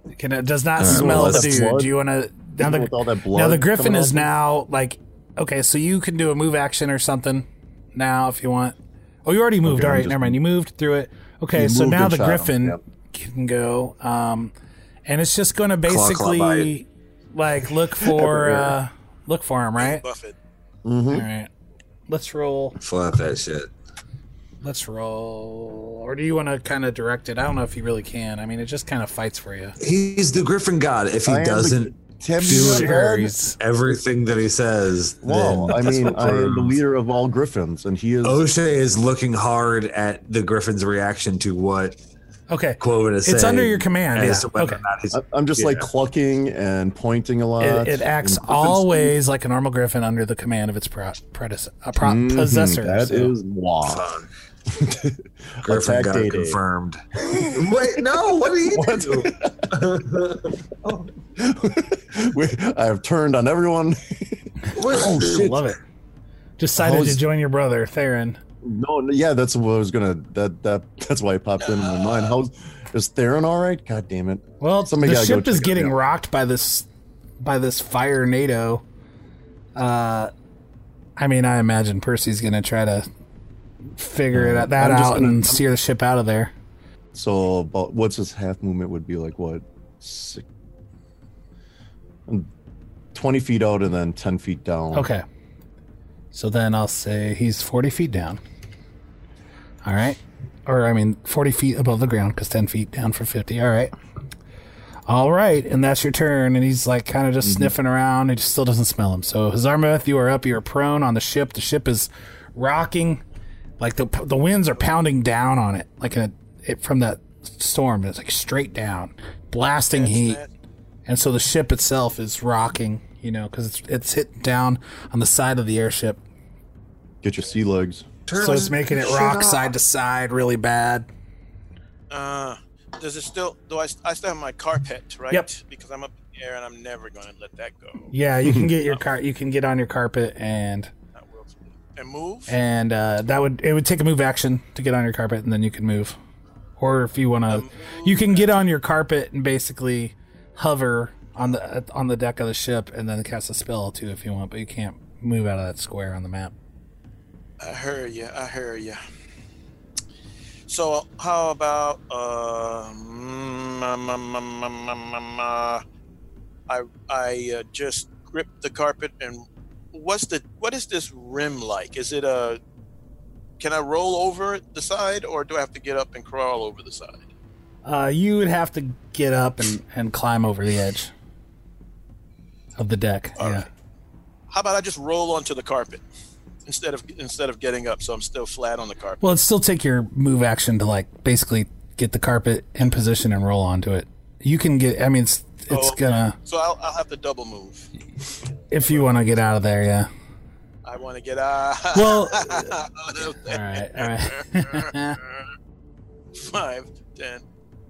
S1: It Can it does not
S2: right,
S1: smell
S4: well,
S1: the
S4: that's
S1: dude?
S4: blood.
S1: Do you want to? Now
S4: with
S1: the,
S4: all that blood.
S1: now the griffin
S4: coming
S1: is
S4: out.
S1: now like okay. So you can do a move action or something now if you want. Oh, you already moved.
S4: Okay,
S1: all
S4: I'm
S1: right,
S4: just-
S1: never mind. You moved through it. Okay,
S4: You
S1: so
S4: moved
S1: now
S4: and
S1: the
S4: shot him,
S1: griffin
S4: yep.
S1: can go, um, and it's just going to
S2: claw,
S1: basically
S2: bite.
S1: like look for uh, look for him, right?
S6: Buffett.
S1: All
S4: Mhm.
S1: right. Let's roll.
S2: Flap that shit.
S1: Let's roll. Or do you want to kind of direct it? I don't know if you really can. I mean, it just kind of fights for you.
S2: He's the Griffin God. If he
S4: I am the-
S2: doesn't
S4: Have you
S2: do
S4: ever-
S1: Sure, he's-
S2: everything that he says,
S4: Well,
S2: then
S4: I
S2: that's
S4: mean,
S2: what
S4: I am the
S2: proves.
S4: leader of all
S1: Oh,
S4: griffins, and he is.
S2: O'Shea is looking hard at the Griffin's reaction to what
S1: Okay.
S2: Quoven is
S1: It's under
S2: saying
S1: your command,
S2: as
S1: yeah,
S2: to whether
S1: okay.
S2: or not he's-
S4: I- I'm just like
S2: Yeah.
S4: clucking and pointing a lot.
S1: It, it acts
S4: And-
S1: always like a normal griffin under the command of its pro- predece- uh, pro-
S4: Mhm,
S1: possessor.
S4: That
S1: so-
S4: is law.
S2: Fun. Griffin
S4: Attack
S2: got
S4: day
S2: it
S4: day.
S2: confirmed. Wait, no, what are you do?
S4: We- I have turned on everyone.
S1: Oh shit! Love it. Decided
S4: How's-
S1: to join your brother Theron.
S4: No, no, yeah, that's what I was gonna. That that that's why it popped into my mind. How's is Theron all right? God damn it!
S1: Well,
S4: Somebody
S1: the
S4: gotta go
S1: ship is
S4: check it
S1: getting
S4: out.
S1: rocked by this by this fire NATO. Uh, I mean, I imagine Percy's gonna try to figure it out, that
S4: I'm just
S1: out
S4: gonna-
S1: and steer the ship out of there.
S4: So, about, what's his half movement would be like? What, six, twenty feet out and then ten feet down.
S1: Okay. So then I'll say he's 40 feet down. All right. Or, I mean, 40 feet above the ground because 10 feet down for 50. All right. All right. And that's your turn. And he's like kind of just sniffing around. He just still doesn't smell him. So, Hazarmaveth, you are up. You're prone on the ship. The ship is rocking. Like the, the winds are pounding down on it, like in a, it from that storm. It's like straight down, blasting heat and so the ship itself is rocking, you know, because it's it's hit down on the side of the airship,
S4: Get your sea legs.
S1: so it's making it rock side to side really bad.
S6: Uh, does it still? Do I? I still have my carpet, right?
S1: Yep.
S6: Because I'm up in the air and I'm never going to let that go.
S1: Yeah, you can get your car, you can get on your carpet, and
S6: I will- And move.
S1: and uh, that would it would take a move action to get on your carpet, and then you can move, or if you want to, you can get on your carpet and basically hover on the on the deck of the ship, and then cast a spell too if you want, but you can't move out of that square on the map.
S6: I hear you. I hear you. So how about uh, mm, ma- ma- ma- ma- ma- ma- ma- I I uh, just grip the carpet and what's the what is this rim like? Is it a can I roll over the side or do I have to get up and crawl over the side?
S1: Uh, you would have to get up and, and climb over the edge of the deck. yeah.
S6: How about I just roll onto the carpet instead of instead of getting up so I'm still flat on the carpet?
S1: Well, it'd still take your move action to like basically get the carpet in position and roll onto it. You can get. I mean, it's it's
S6: Oh.
S1: gonna
S6: So I'll, I'll have to double move.
S1: if you want to get out of there. Yeah.
S6: I want to get out.
S1: Well,
S6: out of
S1: all
S6: there.
S1: right, all right.
S6: five, ten,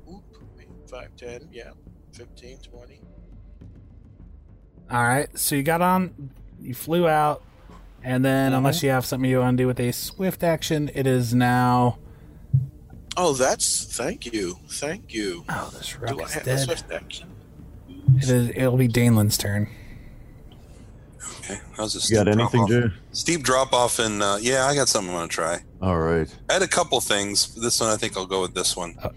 S6: oop, wait, five, ten, yeah, fifteen, twenty.
S1: All right. So you got on, you flew out, and then unless you have something you want to do with a swift action, it is now.
S6: Oh, that's thank you, thank you.
S1: Oh, this rock
S6: Do I
S1: is
S6: have a
S1: dead.
S6: swift action?
S1: It is, it'll be Danelin's turn.
S5: Okay. How's this?
S4: You got anything, Jay?
S5: Steep drop off in. Uh, yeah, I got something I'm going to try.
S4: All right.
S5: I had a couple things. This one, I think I'll go with this one.
S4: Uh.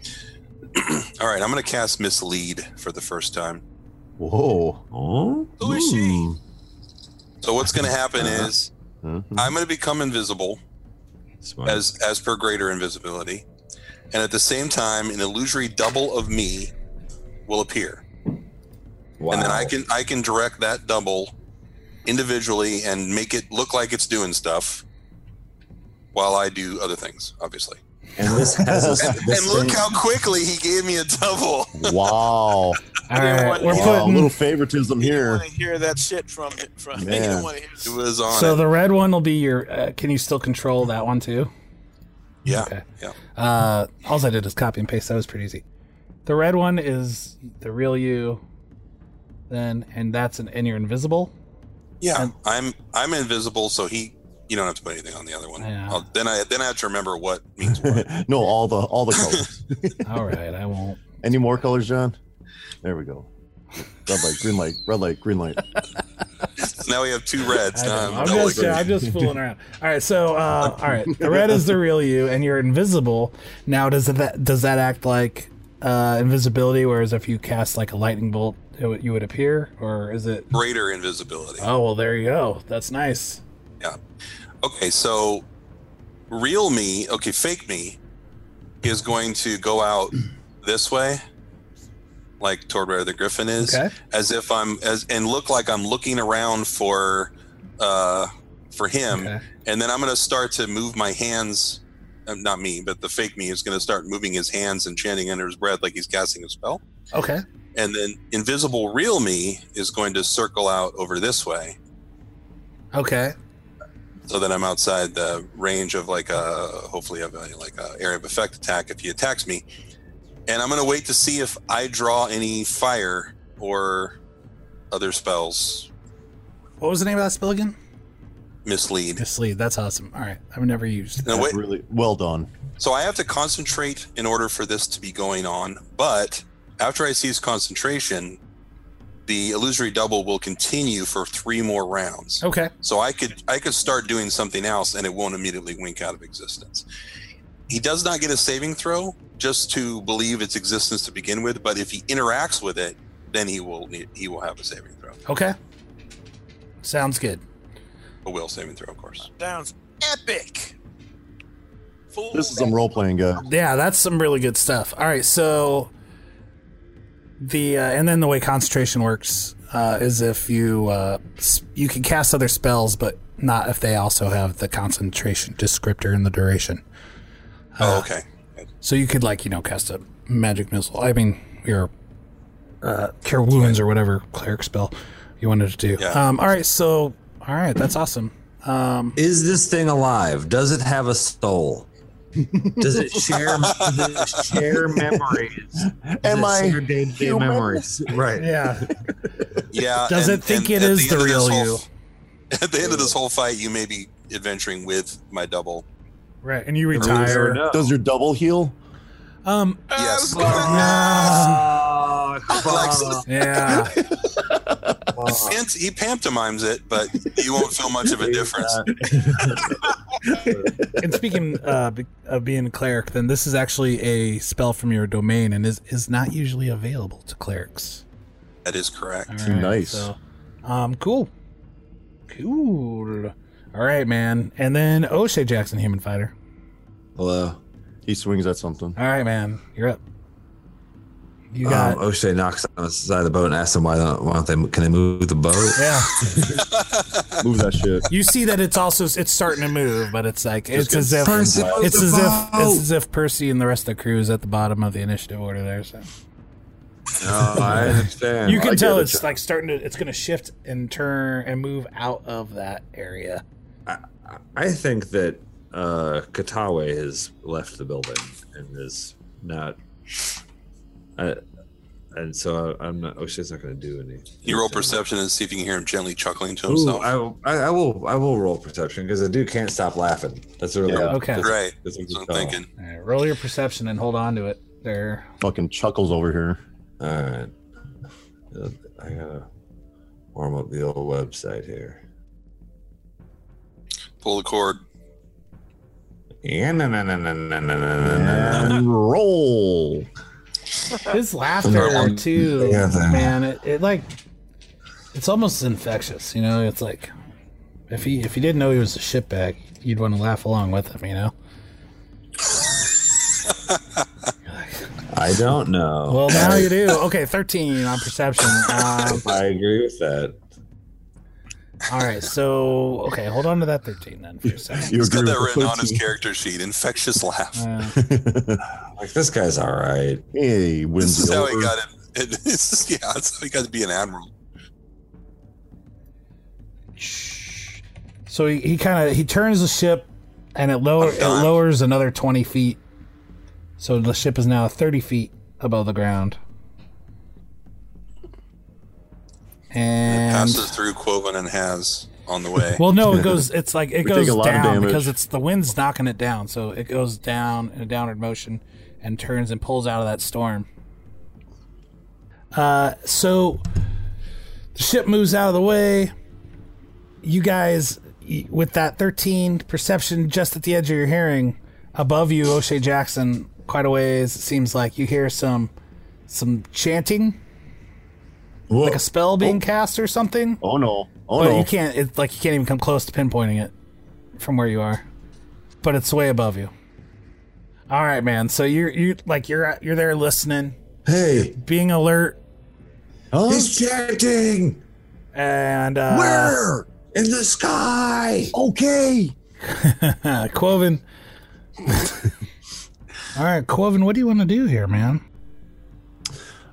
S1: Oh.
S5: All right, I'm going to cast Mislead for the first time.
S4: Whoa.
S2: Oh,
S6: Who is she?
S5: So what's going to happen is
S6: Uh-huh.
S4: Mhm.
S5: I'm going to become invisible
S2: smart.
S5: as as per greater invisibility, and at the same time, an illusory double of me will appear,
S2: wow.
S5: and then I can I can direct that double individually and make it look like it's doing stuff while I do other things, obviously.
S2: And this has us.
S5: And,
S2: this
S5: and look
S2: thing-
S5: how quickly he gave me a double.
S4: Wow.
S1: All right, we're
S6: Wow,
S4: wow. A
S1: putting
S4: little favoritism
S6: You don't
S4: here.
S6: want to hear that shit from from. You
S4: Man.
S6: don't want to hear.
S5: It was on.
S1: So
S5: it.
S1: the red one will be your. Uh, can you still control that one too?
S5: yeah.
S1: Okay.
S5: Yeah.
S1: Uh, all I did is copy and paste. That was pretty easy. The red one is the real you. Then and that's an and you're invisible.
S5: Yeah,
S1: And-
S5: I'm I'm invisible, so he you don't have to put anything on the other one.
S1: Yeah.
S5: I'll, then I then I have to remember what means what.
S4: no, all the all the colors.
S1: All right, I won't.
S4: Any more colors, John? There we go. Red light, green light, red light, green light.
S5: now we have two reds.
S1: I
S5: Um, Now
S1: don't-
S5: I'm
S1: I'm
S5: double
S1: just
S5: green.
S1: I'm just fooling around. All right, so uh, all right, the red is the real you, and you're invisible. Now does that does that act like uh, invisibility? Whereas if you cast like a lightning bolt, it would, you would appear, or is it?
S5: greater invisibility.
S1: Oh well, there you go. That's nice.
S5: Okay, so real me, okay, fake me is going to go out this way, like toward where the griffin is,
S1: Okay.
S5: as if I'm as and look like I'm looking around for uh for him.
S1: Okay.
S5: and then I'm going to start to move my hands um, not me, but the fake me is going to start moving his hands and chanting under his breath like he's casting a spell.
S1: Okay.
S5: And then invisible real me is going to circle out over this way
S1: Okay.
S5: so that I'm outside the range of like a hopefully of a, like a area of effect attack if he attacks me, and I'm gonna wait to see if I draw any fire or other spells
S1: What was the name of that spell again?
S5: mislead.
S1: Mislead. That's awesome. All right. I've never used.
S5: No, wait,
S4: Really well done.
S5: so I have to concentrate in order for this to be going on, but after I cease concentration, the illusory double will continue for three more rounds.
S1: Okay.
S5: So I could I could start doing something else and it won't immediately wink out of existence. He does not get a saving throw just to believe its existence to begin with, but if he interacts with it, then he will need, he will have a saving throw.
S1: Okay. Sounds good.
S5: A will saving throw, of course.
S6: Sounds epic. Fool.
S4: This is some role playing guy.
S1: Yeah, that's some really good stuff. All right, so the uh, and then the way concentration works uh, is if you uh, s- you can cast other spells, but not if they also have the concentration descriptor and the duration.
S5: Oh, okay.
S1: So you could like you know cast a magic missile. I mean your uh, cure wounds or whatever cleric spell you wanted to do.
S5: Yeah.
S1: Um, all right, so all right, that's awesome. Um,
S2: Is this thing alive? Does it have a soul? Does it share? does it share memories? Does
S4: Am
S2: it
S4: I
S2: share day-to-day
S4: human?
S2: memories? Right.
S1: yeah.
S5: Yeah.
S1: Does
S5: and-
S1: it think
S5: and
S1: it
S5: at
S1: is
S5: the
S1: the
S5: end of
S1: real
S5: this whole-
S1: you?
S5: At the end of this whole fight, you may be adventuring with my double.
S1: Right, and you
S2: Believe it or
S1: retire.
S2: not.
S4: Does your double heal?
S1: Um.
S6: I
S5: Yes.
S6: was gonna ask.
S2: Ah, come on.
S1: Yeah.
S5: Pant- he pantomimes it, but you won't feel much of a difference.
S1: and speaking uh, be- of being a cleric, then this is actually a spell from your domain and is, is not usually available to clerics.
S5: That is correct.
S1: All
S4: Nice.
S1: So, um, cool. Cool. All right, man. And then O'Shea Jackson, human fighter.
S4: Hello. He swings at something.
S1: All right, man. You're up. You got.
S2: Um, O'Shea knocks on the side of the boat and asks him why don't, why don't they can they move the boat?
S1: yeah.
S4: Move that shit.
S1: You see that it's also it's starting to move, but it's like it's as if
S2: Percy, move
S1: it's
S2: the
S1: as
S2: boat!
S1: if it's as if Percy and the rest of the crew is at the bottom of the initiative order there. So.
S2: No, I understand.
S1: you can
S4: I get
S1: tell
S4: it.
S1: it's like starting to it's going to shift and turn and move out of that area
S2: I think that uh, Katawe has left the building and is not. I, and so I, I'm not. O'Shea's not going to do any.
S5: You roll perception and see if you can hear him gently chuckling to
S2: Ooh,
S5: himself.
S2: I, I, I will. I will roll perception because the dude can't stop laughing. That's a really
S4: Yeah.
S1: Okay.
S2: That's,
S5: right.
S2: That's a
S5: That's
S2: good
S5: what I'm
S2: call.
S5: thinking.
S1: All right, roll your perception and hold on to it there
S4: Fucking chuckles over here.
S2: All right. Uh, I gotta warm up the old website here.
S5: Pull the cord.
S2: Yeah, na na na na na na na na.
S5: Uh-huh.
S4: And roll.
S1: his laughter too
S2: Yeah, then.
S1: man it, it like it's almost infectious you know it's like if he if he didn't know he was a shitbag you'd want to laugh along with him you know
S2: I don't know.
S1: well now you do okay 13 on perception um,
S2: I agree with that.
S1: all right so okay hold on to that 13 then for a second
S4: You
S5: He's got
S4: agree
S5: that
S4: with
S5: written
S4: the
S5: on his character sheet. Infectious laugh.
S1: Uh,
S2: Like this guy's all right.
S4: Hey, wins
S5: This is
S4: it
S5: how
S4: over.
S5: he got him. It, this is, yeah, that's how he got to be an admiral.
S1: So he, he kind of he turns the ship, and it lower it
S5: done.
S1: lowers another twenty feet. So the ship is now thirty feet above the ground. And
S5: Passes through Quoven and has on the way.
S1: well, no, it goes. It's like it
S4: We
S1: goes
S4: take a lot of
S1: down
S4: damage.
S1: because it's the wind's knocking it down. So it goes down in a downward motion and turns and pulls out of that storm. Uh, so the ship moves out of the way. You guys, y- with that thirteen perception, just at the edge of your hearing, above you, O'Shea Jackson, quite a ways. It seems like you hear some some chanting,
S4: Whoa.
S1: like a spell being cast or something.
S4: oh no. Oh
S1: But
S4: no.
S1: you can't. It's like you can't even come close to pinpointing it from where you are. But it's way above you. All right, man. So you're you like you're at- you're there listening,
S2: Hey,
S1: being alert,
S4: Huh?
S2: he's chanting.
S1: and uh,
S2: Where in the sky?
S4: Okay.
S1: Quoven, All right, Quoven, what do you want to do here, man?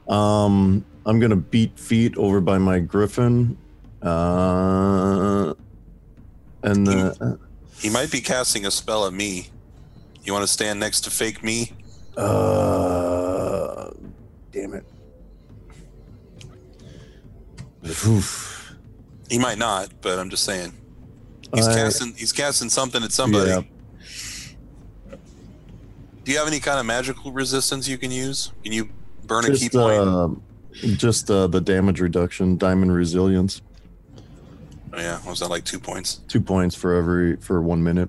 S4: Um, I'm gonna beat feet over by my griffin, uh, and uh, the,
S5: He might be casting a spell at me. You want to stand next to fake me?
S4: uh, damn it. Oof.
S5: He might not, but I'm just saying. He's
S4: Uh,
S5: casting. He's casting something at somebody.
S4: Yeah.
S5: Do you have any kind of magical resistance you can use? Can you burn a key
S4: Just,
S5: point?
S4: uh, just uh, the damage reduction, diamond resilience,
S5: Oh, yeah, what was that like two points?
S4: two points for every for one minute.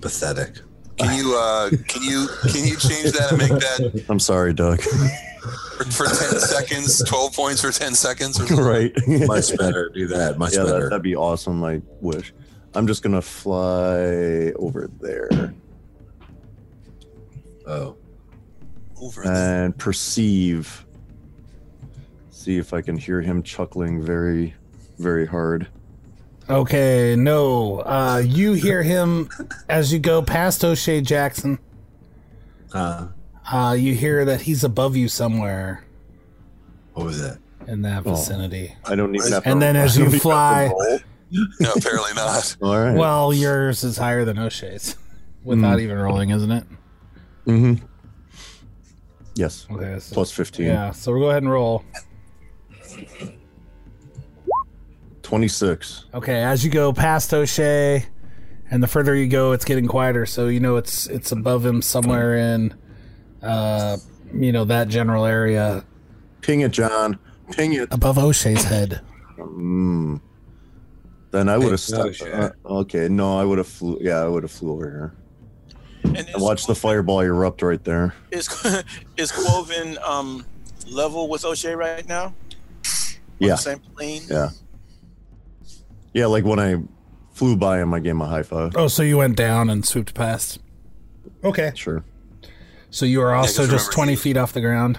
S7: Pathetic.
S5: Can you uh, can you can you change that and make that
S4: I'm sorry, Doug.
S5: for, for ten seconds, twelve points for ten seconds? Or something?
S4: right?
S7: Much better. Do that. Much
S4: yeah, that,
S7: better.
S4: that'd be awesome. I wish. I'm just gonna fly over there
S7: oh,
S5: Over there.
S4: and perceive. See if I can hear him chuckling very, very hard.
S1: Okay, no. Uh, you hear him as you go past O'Shea Jackson.
S7: uh,
S1: Uh, you hear that he's above you somewhere
S7: what was that?
S1: in that vicinity.
S4: I don't even have. to-
S1: And then
S4: I
S1: as
S4: don't
S1: you
S4: even have to
S1: fly-
S4: roll.
S5: No, apparently not.
S4: all right.
S1: Well, yours is higher than O'Shea's without even rolling, isn't it?
S4: hmm Yes,
S1: Okay. So,
S4: plus fifteen.
S1: yeah, so we'll go ahead and roll.
S4: Twenty-six.
S1: Okay, as you go past O'Shea, and the further you go, it's getting quieter. So you know it's it's above him somewhere in, uh, you know that general area
S4: Ping it, John. Ping it.
S1: above O'Shea's head.
S4: Mm. Then I would have
S2: no
S4: stepped.
S2: shit.
S4: uh, okay, no, I would have flew. Yeah, I would have flew over here.
S6: And
S4: And
S6: is-
S4: watch the fireball erupt right there.
S6: Is is Quoven um level with O'Shea right now? On the
S4: Yeah.
S6: Same plane.
S4: Yeah. Yeah, like when I flew by him, I gave him a high five.
S1: Oh, so you went down and swooped past. Okay.
S4: Sure.
S1: So you are also
S5: 'cause
S1: just
S5: remember-
S1: 20 feet off the ground.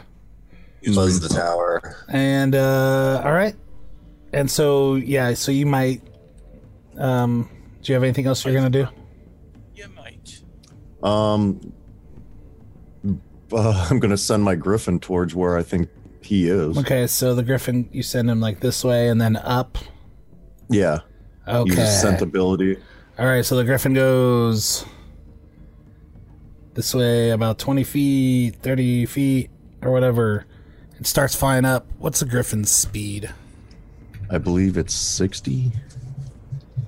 S7: Buzz the tower.
S1: And, uh, all right. And so, yeah, so you might. Um, do you have anything else you're going to do?
S6: You might.
S4: Um, uh, I'm gonna send my griffin towards where I think he is.
S1: Okay, so the griffin, you send him like this way and then up.
S4: Yeah.
S1: Okay.
S4: Use his scent ability.
S1: All right, so the griffin goes this way about 20 feet, 30 feet, or whatever. It starts flying up. What's the griffin's speed?
S4: I believe it's sixty.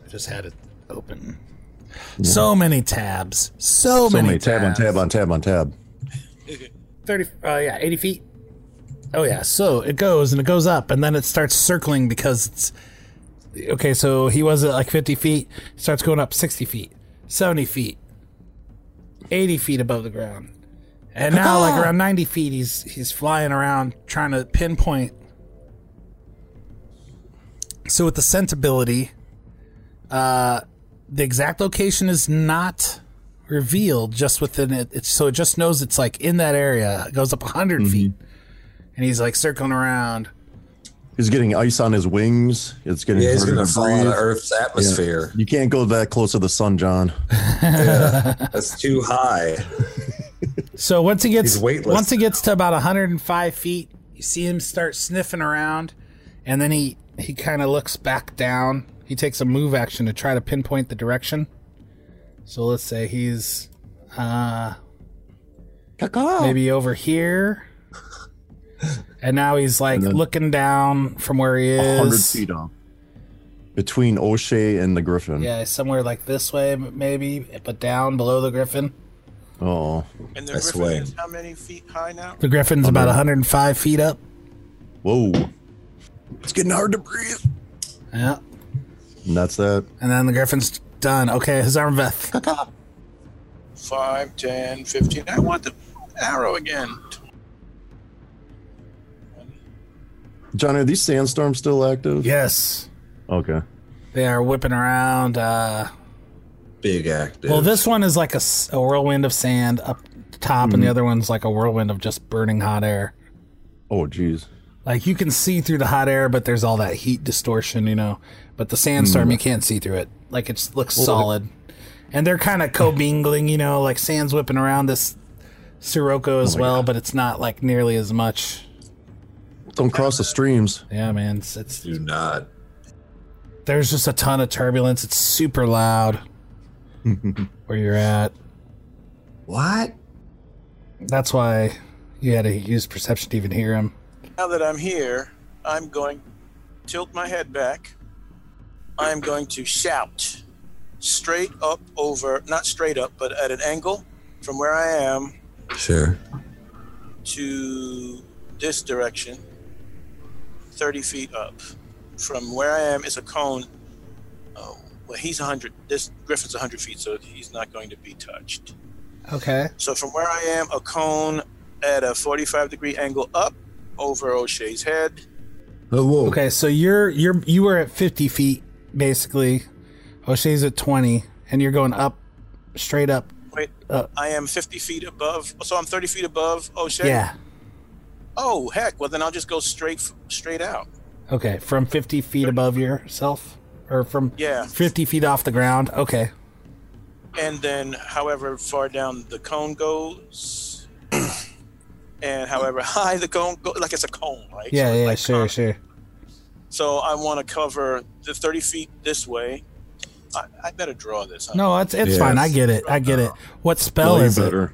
S1: just had it open. So many tabs.
S4: So
S1: So, many,
S4: many tab on
S1: tabs.
S4: tab on tab on tab.
S1: 30, uh, yeah, 80 feet. Oh, yeah. So it goes and it goes up and then it starts circling because it's. Okay, so he was at like 50 feet, starts going up 60 feet, 70 feet, 80 feet above the ground. And now, like around 90 feet, he's he's flying around trying to pinpoint. So with the scent ability, uh, the exact location is not revealed just within it. It's, so it just knows it's like in that area. It goes up 100
S4: Mm-hmm.
S1: feet. And he's like circling around.
S4: He's getting ice on his wings. It's getting
S7: Yeah, he's
S4: harder
S7: gonna
S4: to
S7: fall out of
S4: breathe.
S7: Earth's atmosphere.
S4: You can't go that close to the sun, John.
S7: That's too high.
S1: So once he gets
S7: He's weightless.
S1: once he gets to about 105 feet, you see him start sniffing around, and then he he kind of looks back down. He takes a move action to try to pinpoint the direction. So let's say he's uh
S4: Oh.
S1: maybe over here. And now he's like
S4: And then-
S1: looking down from where he
S4: hundred
S1: is.
S4: feet up. Between O'Shea and the griffin.
S1: Yeah, somewhere like this way, m- maybe, but down below the griffin.
S4: Oh.
S6: And
S7: I
S6: the griffin
S7: swear.
S6: is how many feet high now?
S1: The griffin's about 105 feet up.
S4: Whoa. It's getting hard to breathe.
S1: Yeah.
S4: And that's that.
S1: And then the griffin's done. Okay, his arm veth.
S6: Five, ten, fifteen. I want the arrow again.
S4: John, are these sandstorms still active?
S1: Yes.
S4: Okay.
S1: They are whipping around. Uh,
S7: Big active.
S1: well, this one is like a, s- a whirlwind of sand up top, and the other one's like a whirlwind of just burning hot air.
S4: Oh, jeez.
S1: Like you can see through the hot air, but there's all that heat distortion, you know. But the sandstorm, you can't see through it. Like it looks solid. and they're kind of commingling, you know, like Sans whipping around this Sirocco as well, but it's not like nearly as much.
S4: Don't cross the streams.
S1: Yeah, man, it's, it's
S7: Do not.
S1: there's just a ton of turbulence. It's super loud where you're at.
S7: What?
S1: That's why you had to use perception to even hear him.
S6: Now that I'm here, I'm going tilt my head back. I'm going to shout straight up over, not straight up, but at an angle from where I am
S7: Sure.
S6: to this direction, 30 feet up. From where I am is a cone. Oh, well, he's 100. This Griffin's 100 feet, so he's not going to be touched.
S1: Okay.
S6: So from where I am, a cone at a 45 degree angle up over O'Shea's head.
S7: Oh, whoa.
S1: Okay, so you're you're you were at 50 feet basically. O'Shea's at 20, and you're going up, straight up.
S6: Wait,
S1: Uh.
S6: I am 50 feet above. So I'm 30 feet above O'Shea.
S1: Yeah.
S6: Oh heck! Well, then I'll just go straight f- straight out.
S1: Okay, from 50 feet above yourself, or from
S6: Yeah.
S1: 50 feet off the ground. Okay.
S6: and then however far down the cone goes, and however high the cone goes, like it's a cone, right?
S1: Yeah,
S6: So it's
S1: yeah,
S6: like
S1: sure,
S6: cone.
S1: sure.
S6: So I want to cover the 30 feet this way. I, I better draw this. Huh?
S1: No, it's it's
S7: Yes.
S1: fine. I get it. I get it. What spell
S4: Well, you
S1: is it?
S4: better.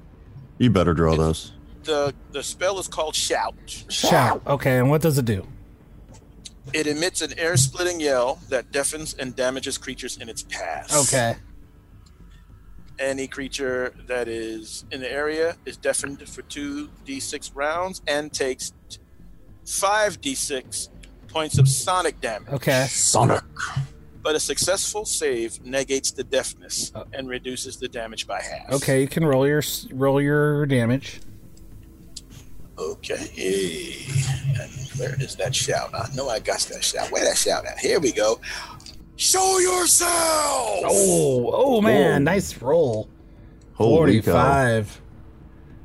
S4: You better draw this.
S6: The the spell is called Shout.
S1: Shout. Okay, and what does it do?
S6: It emits an air-splitting yell that deafens and damages creatures in its path.
S1: Okay.
S6: Any creature that is in the area is deafened for 2d6 rounds and takes 5d6 points of sonic damage.
S1: Okay.
S4: Sonic.
S6: But a successful save negates the deafness and reduces the damage by half.
S1: Uh. Okay, you can roll your s- roll your damage.
S6: Okay. And where is that shout? I know I got that shout. Where that shout at? Here we go. Show yourself!
S1: Oh, oh man, nice roll.
S4: Holy cow.
S6: Uh-huh.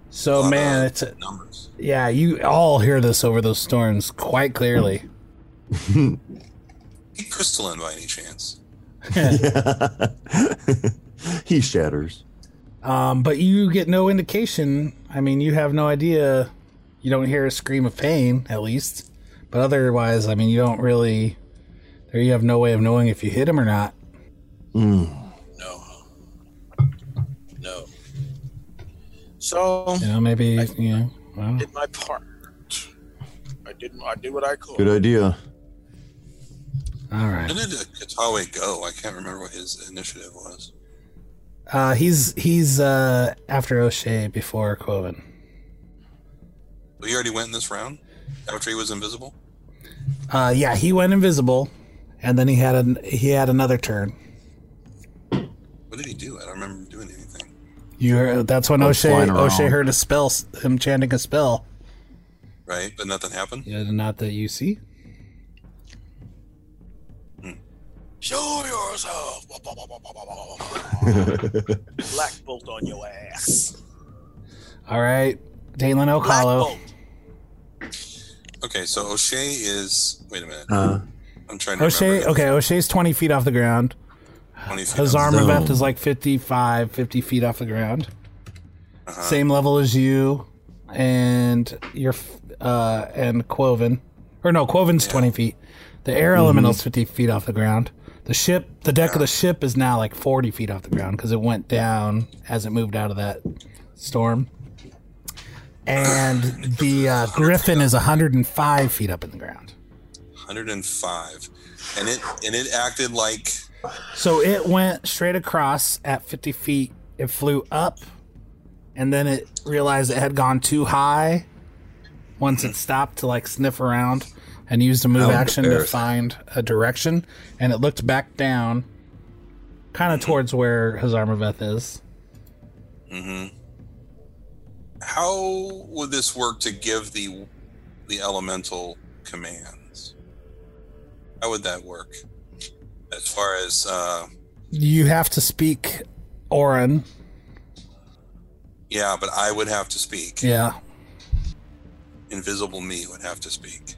S1: So man, it's a,
S5: Numbers.
S1: yeah. You all hear this over those storms quite clearly.
S5: He crystalline by any chance?
S4: he shatters.
S1: Um, but you get no indication. I mean, you have no idea. You don't hear a scream of pain, at least. But otherwise, I mean, you don't really. There, you have no way of knowing if you hit him or not.
S6: No. No. So,
S1: You know, maybe you know. Well,
S6: did my part. I did, I did what I could.
S4: Good idea.
S1: all right.
S5: When did uh, Katawe go? I can't remember what his initiative was.
S1: Uh, he's he's uh after O'Shea before Quoven.
S5: Well, he already went in this round after he was invisible.
S1: Uh, yeah, he went invisible, and then he had an he had another turn.
S5: What did he do? I don't remember him doing anything.
S1: You heard, that's when O'Shea
S4: flying around.
S1: O'Shea heard a spell, him chanting a spell.
S5: Right, but nothing happened.
S1: Yeah, not that you see.
S6: Show yourself! Black bolt on your ass.
S1: All right, Dalen
S6: Black
S1: O'Callo.
S6: bolt.
S5: Okay, so O'Shea is. Wait a minute.
S7: Uh,
S5: I'm trying to
S1: O'Shea,
S5: remember.
S1: okay, O'Shea's twenty feet off the ground.
S5: Twenty feet
S1: His
S5: up.
S1: armor
S7: zone.
S1: vest is like 55, 50 feet off the ground. Same level as you, and your f- uh and Quoven, or no, Quoven's twenty feet. The air elemental's fifty feet off the ground. The ship, the deck of the ship is now like forty feet off the ground because it went down as it moved out of that storm. And the uh, Griffin is hundred and five feet up in the ground.
S5: 105, and it and it acted like
S1: So it went straight across at 50 feet. It flew up, and then it realized it had gone too high. Once it stopped to like sniff around and used a move
S7: I'm
S1: action to
S7: embarrassed.
S1: find a direction, and it looked back down, kind of towards where Hazarmaveth is.
S5: Mm-hmm. how would this work to give the the elemental commands? How would that work? As far as uh,
S1: You have to speak Orin.
S5: yeah, but I would have to speak.
S1: Yeah.
S5: Invisible me would have to speak.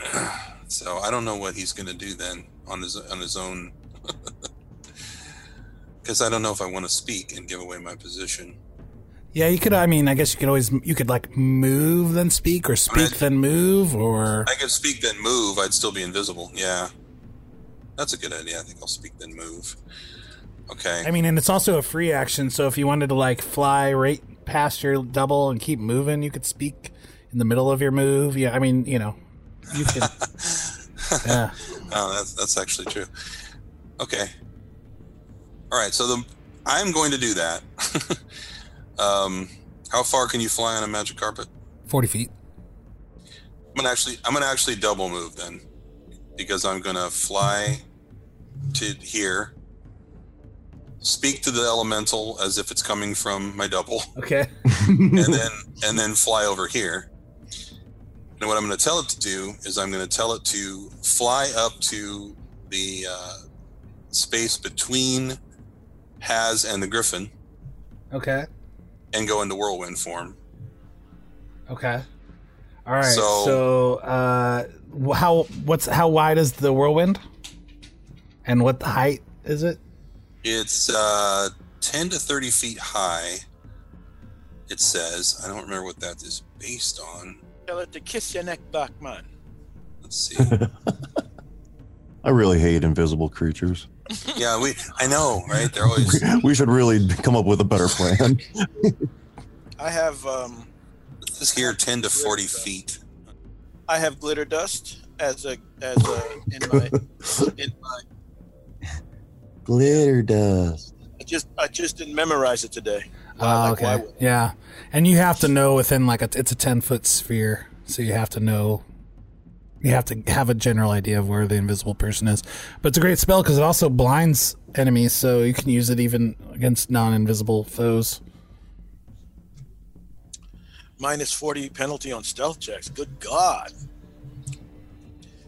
S5: so I don't know what he's going to do then on his on his own. because I don't know if I want to speak and give away my position.
S1: Yeah, you could. I mean, I guess you could always you could like move then speak, or speak
S5: Right.
S1: then move, or
S5: I could speak then move. I'd still be invisible. Yeah, that's a good idea. I think I'll speak then move. Okay.
S1: I mean, and it's also a free action. So if you wanted to like fly right past your double and keep moving, you could speak in the middle of your move. Yeah, I mean, you know, you can. yeah.
S5: Oh, that's that's actually true. Okay. All right. So the I'm going to do that. um, how far can you fly on a magic carpet?
S1: Forty feet.
S5: I'm gonna actually I'm gonna actually double move then, because I'm gonna fly to here, speak to the elemental as if it's coming from my double,
S1: Okay.
S5: and then and then fly over here. And what I'm going to tell it to do is I'm going to tell it to fly up to the uh, space between Has and the Griffin
S1: Okay.
S5: and go into whirlwind form.
S1: Okay. All right. So,
S5: So-
S1: uh, wh- how what's how wide is the whirlwind? And what height is it?
S5: It's uh, 10 to 30 feet high. It says I don't remember what that is based on.
S6: Tell it to kiss your neck back, man.
S5: Let's see.
S4: I really hate invisible creatures.
S5: yeah, we I know, right? They're always
S4: We should really come up with a better plan.
S6: I have um,
S5: it's here 10 to 40 feet.
S6: I have glitter dust as a as a in my in my.
S7: Glitter dust.
S6: I just I just didn't memorize it today.
S1: Oh,
S6: like, why would-
S1: Yeah, and you have to know within like a, it's a ten foot sphere, so you have to know. You have to have a general idea of where the invisible person is, but it's a great spell because it also blinds enemies, so you can use it even against non-invisible foes.
S6: Minus forty penalty on stealth checks. Good God,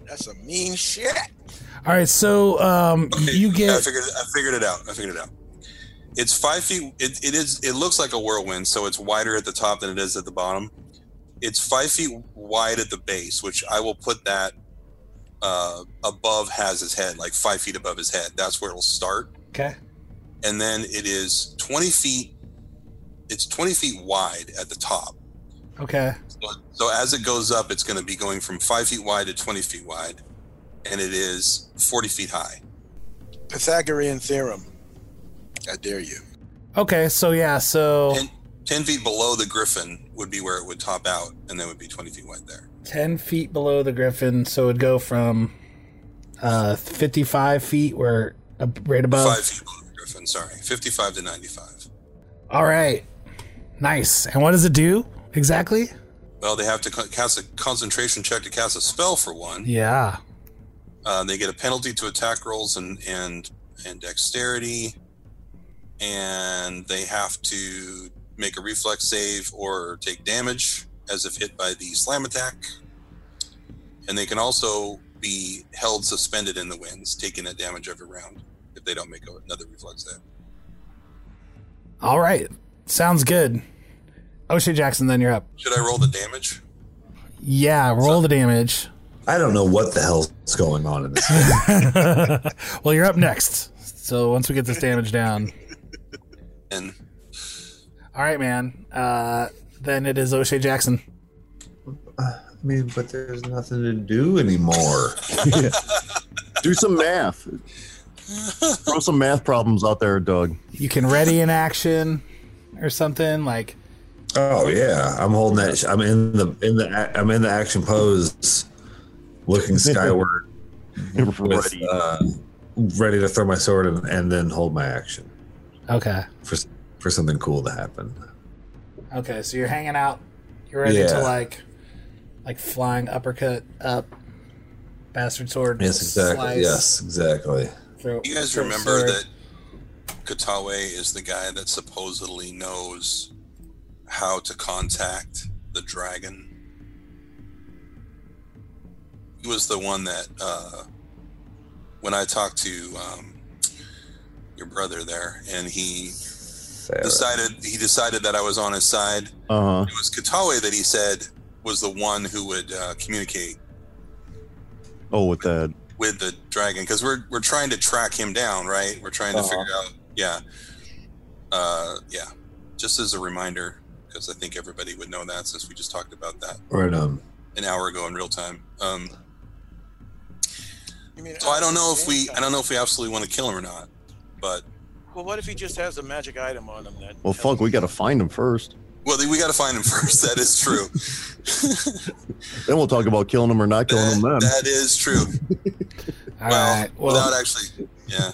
S6: that's a mean shit.
S1: All right, so um, you
S5: Yeah, I
S1: get
S5: figured. I figured it out. I figured it out. It's five feet. It, it is. It looks like a whirlwind, so it's wider at the top than it is at the bottom. It's five feet wide at the base, which I will put that uh, above has his head, like five feet above his head. That's where it'll start,
S1: okay.
S5: and then it is twenty feet. It's twenty feet wide at the top.
S1: Okay.
S5: So as it goes up, it's going to be going from five feet wide to twenty feet wide, and it is forty feet high.
S6: Pythagorean theorem. I dare you.
S1: Okay. So yeah. So
S5: Ten, 10 feet below the griffin would be where it would top out, and then would be 20 feet wide there.
S1: ten feet below the griffin, so it'd go from uh, fifty-five feet where uh, right above.
S5: Five feet below the griffin, sorry. 55 to 95.
S1: All right. Nice. And what does it do exactly?
S5: Well, they have to co- cast a concentration check to cast a spell for one.
S1: Yeah.
S5: Uh, they get a penalty to attack rolls and, and, and dexterity, and they have to make a reflex save or take damage as if hit by the slam attack. And they can also be held suspended in the winds, taking that damage every round if they don't make a- another reflex save.
S1: All right. Sounds good. O'Shea Jackson, then you're up.
S5: Should I roll the damage?
S1: Yeah, roll the damage.
S7: I don't know what the hell's going on in this. game.
S1: Well, you're up next. So once we get this damage down.
S5: And
S1: All right, man. Uh, then it is O'Shea Jackson.
S7: I mean, but there's nothing to do anymore.
S4: Do some math. Throw some math problems out there, Doug.
S1: You can ready an action or something like.
S7: Oh yeah, I'm holding that. I'm in the in the a- I'm in the action pose, looking skyward, with,
S4: Ready.
S7: uh, ready to throw my sword and, and then hold my action
S1: Okay.
S7: for s- for something cool to happen.
S1: Okay. So you're hanging out. You're ready
S7: Yeah.
S1: to like, like flying uppercut up, bastard sword.
S7: Yes, exactly.
S1: slice,
S7: Yes, exactly.
S1: throat-
S5: you guys
S1: throat
S5: remember
S1: sword.
S5: that Katawe is the guy that supposedly knows how to contact the dragon. He was the one that, uh, when I talked to um, your brother there, and he decided he decided that I was on his side.
S4: Uh huh.
S5: It was Katawe that he said was the one who would uh, communicate
S4: Oh, with that.
S5: with the dragon because we're we're trying to track him down, right? We're trying to
S7: Uh-huh.
S5: figure out Yeah. Uh, yeah. Just as a reminder, because I think everybody would know that since we just talked about that
S7: Right on.
S5: an hour ago in real time. Um,
S6: You mean,
S5: so I don't know if we I don't know if we absolutely want to kill him or not, but
S6: Well, what if he just has a magic item on him then?
S4: Well, fuck, we gotta find him first.
S5: well, we got to find him first. That is true.
S4: Then we'll talk about killing him or not killing him
S5: That-
S4: then.
S5: that is true.
S1: All
S5: well,
S1: right. Well,
S5: without actually, yeah.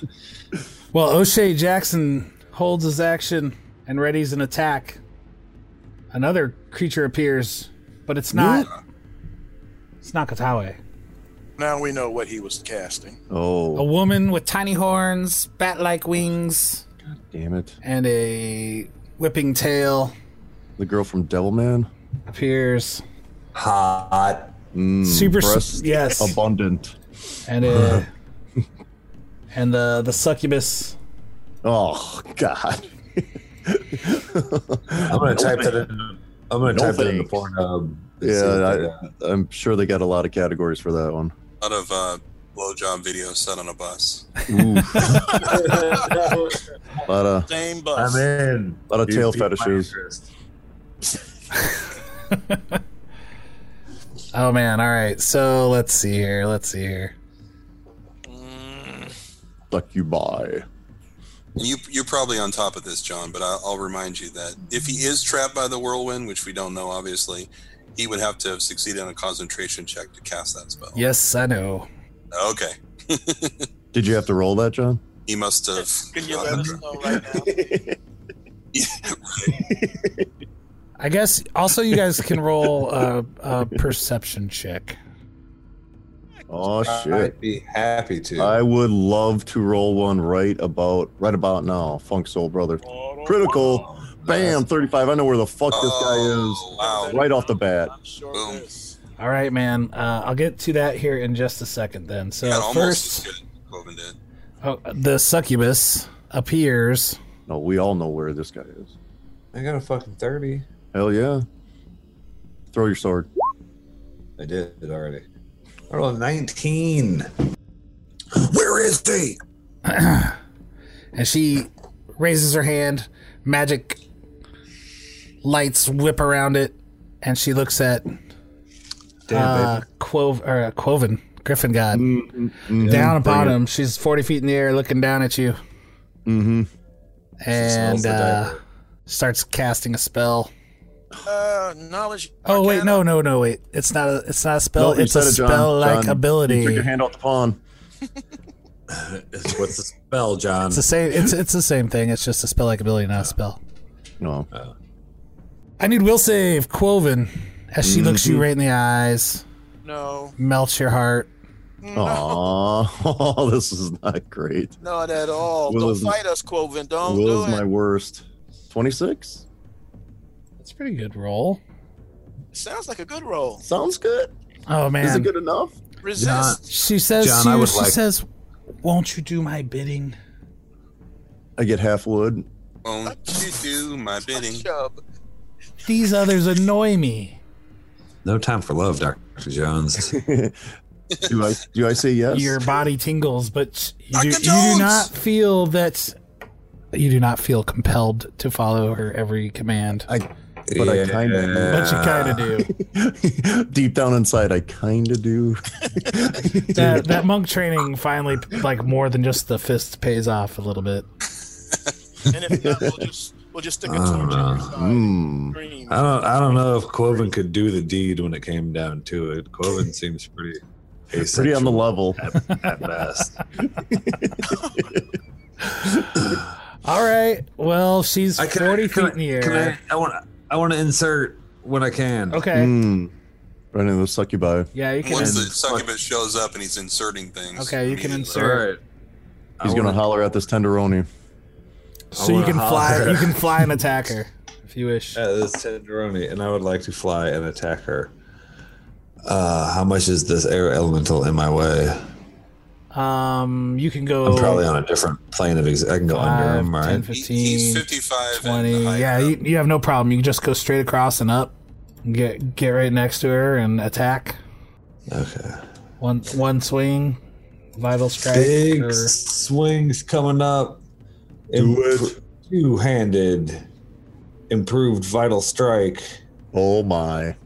S1: well, O'Shea Jackson holds his action and readies an attack. Another creature appears, but it's not. It's not Katawe.
S6: Now we know what he was casting.
S1: A
S4: Oh,
S1: woman with tiny horns, bat-like wings,
S4: damn it.
S1: and a whipping tail
S4: The girl from Devilman?
S1: appears.
S7: Hot.
S4: Mm,
S1: Super s-
S4: breasts
S1: yes.
S4: Abundant.
S1: and uh, and the the succubus.
S4: Oh, God.
S7: I'm gonna type that in. I'm gonna
S4: No
S7: type that in the
S4: thanks.
S7: Pornhub. and see what they
S4: Yeah,
S7: got.
S4: I, I'm sure they got a lot of categories for that one.
S5: A lot of uh, blowjob videos set on a bus.
S4: Ooh. a lot of,
S6: Same bus.
S7: I'm in.
S4: lot of
S7: You
S4: tail
S7: piqued my
S4: fetishes.
S7: interest.
S1: Oh man! All right, so let's see here. Let's see here.
S4: Suck you by.
S5: And you you're probably on top of this, John. But I, I'll remind you that if he is trapped by the whirlwind, which we don't know, obviously, he would have to have succeeded on a concentration check to cast that spell.
S1: Yes, I know.
S5: Okay.
S4: Did you have to roll that, John?
S5: He must have.
S6: Can you let us know right now?
S1: I guess also you guys can roll a, a perception check.
S4: Oh, shit.
S2: I'd be happy to.
S4: I would love to roll one right about right about now. Funk Soul Brother. Critical.
S2: Um,
S4: Bam, 35. I know where the fuck this guy
S5: Oh, wow.
S4: is right off the bat.
S6: I'm sure
S5: Boom.
S6: it is.
S1: All right, man. Uh, I'll get to that here in just a second. Then, so
S5: Got almost
S1: first,
S5: as good. as Coven did.
S1: oh, the succubus appears.
S4: No, we all know where this guy is.
S2: I got a fucking 30.
S4: Hell yeah. Throw your sword.
S2: I did it already. I rolled a 19.
S7: Where is he?
S1: and she raises her hand magic lights whip around it and she looks at uh, Quov, or, uh, Quoven, Griffin God, down upon him. She's 40 feet in the air looking down at you
S4: Mm-hmm.
S1: and uh, starts casting a spell.
S6: Uh, knowledge.
S1: Oh, wait,
S6: arcana.
S1: no, no, no, wait. It's not a, it's not a spell. it's a spell like
S4: You took
S1: ability.
S4: your hand off the pawn.
S7: It's- What's the spell, John?
S1: It's the same. It's it's the same thing. It's just a spell like ability, not a spell.
S4: No.
S1: I need will save Quoven as she looks
S4: Mm-hmm.
S1: you right in the eyes,
S6: No.
S1: melts your heart.
S4: Aw. this is not great.
S6: Not at all.
S4: Will
S6: don't
S4: is-
S6: fight us, Quoven. Don't
S4: Will is
S6: do it.
S4: my worst. 26?
S1: That's a pretty good roll.
S6: Sounds like a good roll.
S4: Sounds good.
S1: Oh man,
S4: Is it good enough?
S6: Resist.
S1: she says.
S2: John,
S1: she,
S2: I would
S1: she
S2: like-
S1: says, "Won't you do my bidding?"
S4: I get half wood.
S5: Won't you do my bidding?
S6: Chub.
S1: These others annoy me.
S2: No time for love, Dr. Jones.
S4: Do I do I say yes?
S1: Your body tingles, but you do,
S5: Dr.
S1: you do
S5: Jones!
S1: not feel that. You do not feel compelled to follow her every command,
S4: But I kinda-
S1: but you kind of do.
S4: Deep down inside, I kind of do.
S1: that, that monk training finally, like more than just the fist, pays off a little bit.
S6: And if not, we'll just we'll just stick a torch in your side.
S4: Mm.
S6: Green.
S7: I don't. I don't know if Quoven could do the deed when it came down to it. Quoven seems pretty.
S4: Pretty on the level.
S7: at best.
S1: All right. Well, she's
S7: I can,
S1: forty
S7: can
S1: feet in the
S7: I-
S1: air.
S7: Can I, I want. I want to insert when I can.
S1: okay.
S4: Mm. Right into the succubi.
S1: Yeah, you can.
S5: Once the
S1: Ins-
S5: succubus shows up and he's inserting things.
S1: okay, you can
S5: immediately.
S7: All
S1: insert.
S7: right. I
S4: He's gonna
S7: wanna-
S4: holler at this tenderoni.
S7: I
S1: So you
S7: wanna
S1: can fly.
S7: holler.
S1: You can fly and attack her if you wish.
S7: at Uh, this tenderoni, and I would like to fly and attack her. Uh, how much is this air elemental in my way?
S1: Um, you can go.
S7: I'm probably on a different plane of. Ex- I can go under
S1: five,
S7: him,
S1: 10,
S7: right?
S5: He-
S1: 15,
S5: he's 55
S1: 20.
S5: and higher
S1: Yeah,
S5: up.
S1: you, you have no problem. You can just go straight across and up. and Get get right next to her and attack.
S7: Okay.
S1: One one swing, vital strike.
S7: Big
S1: or-
S7: swings coming up.
S4: Do it.
S2: Two handed, improved vital strike.
S4: Oh my.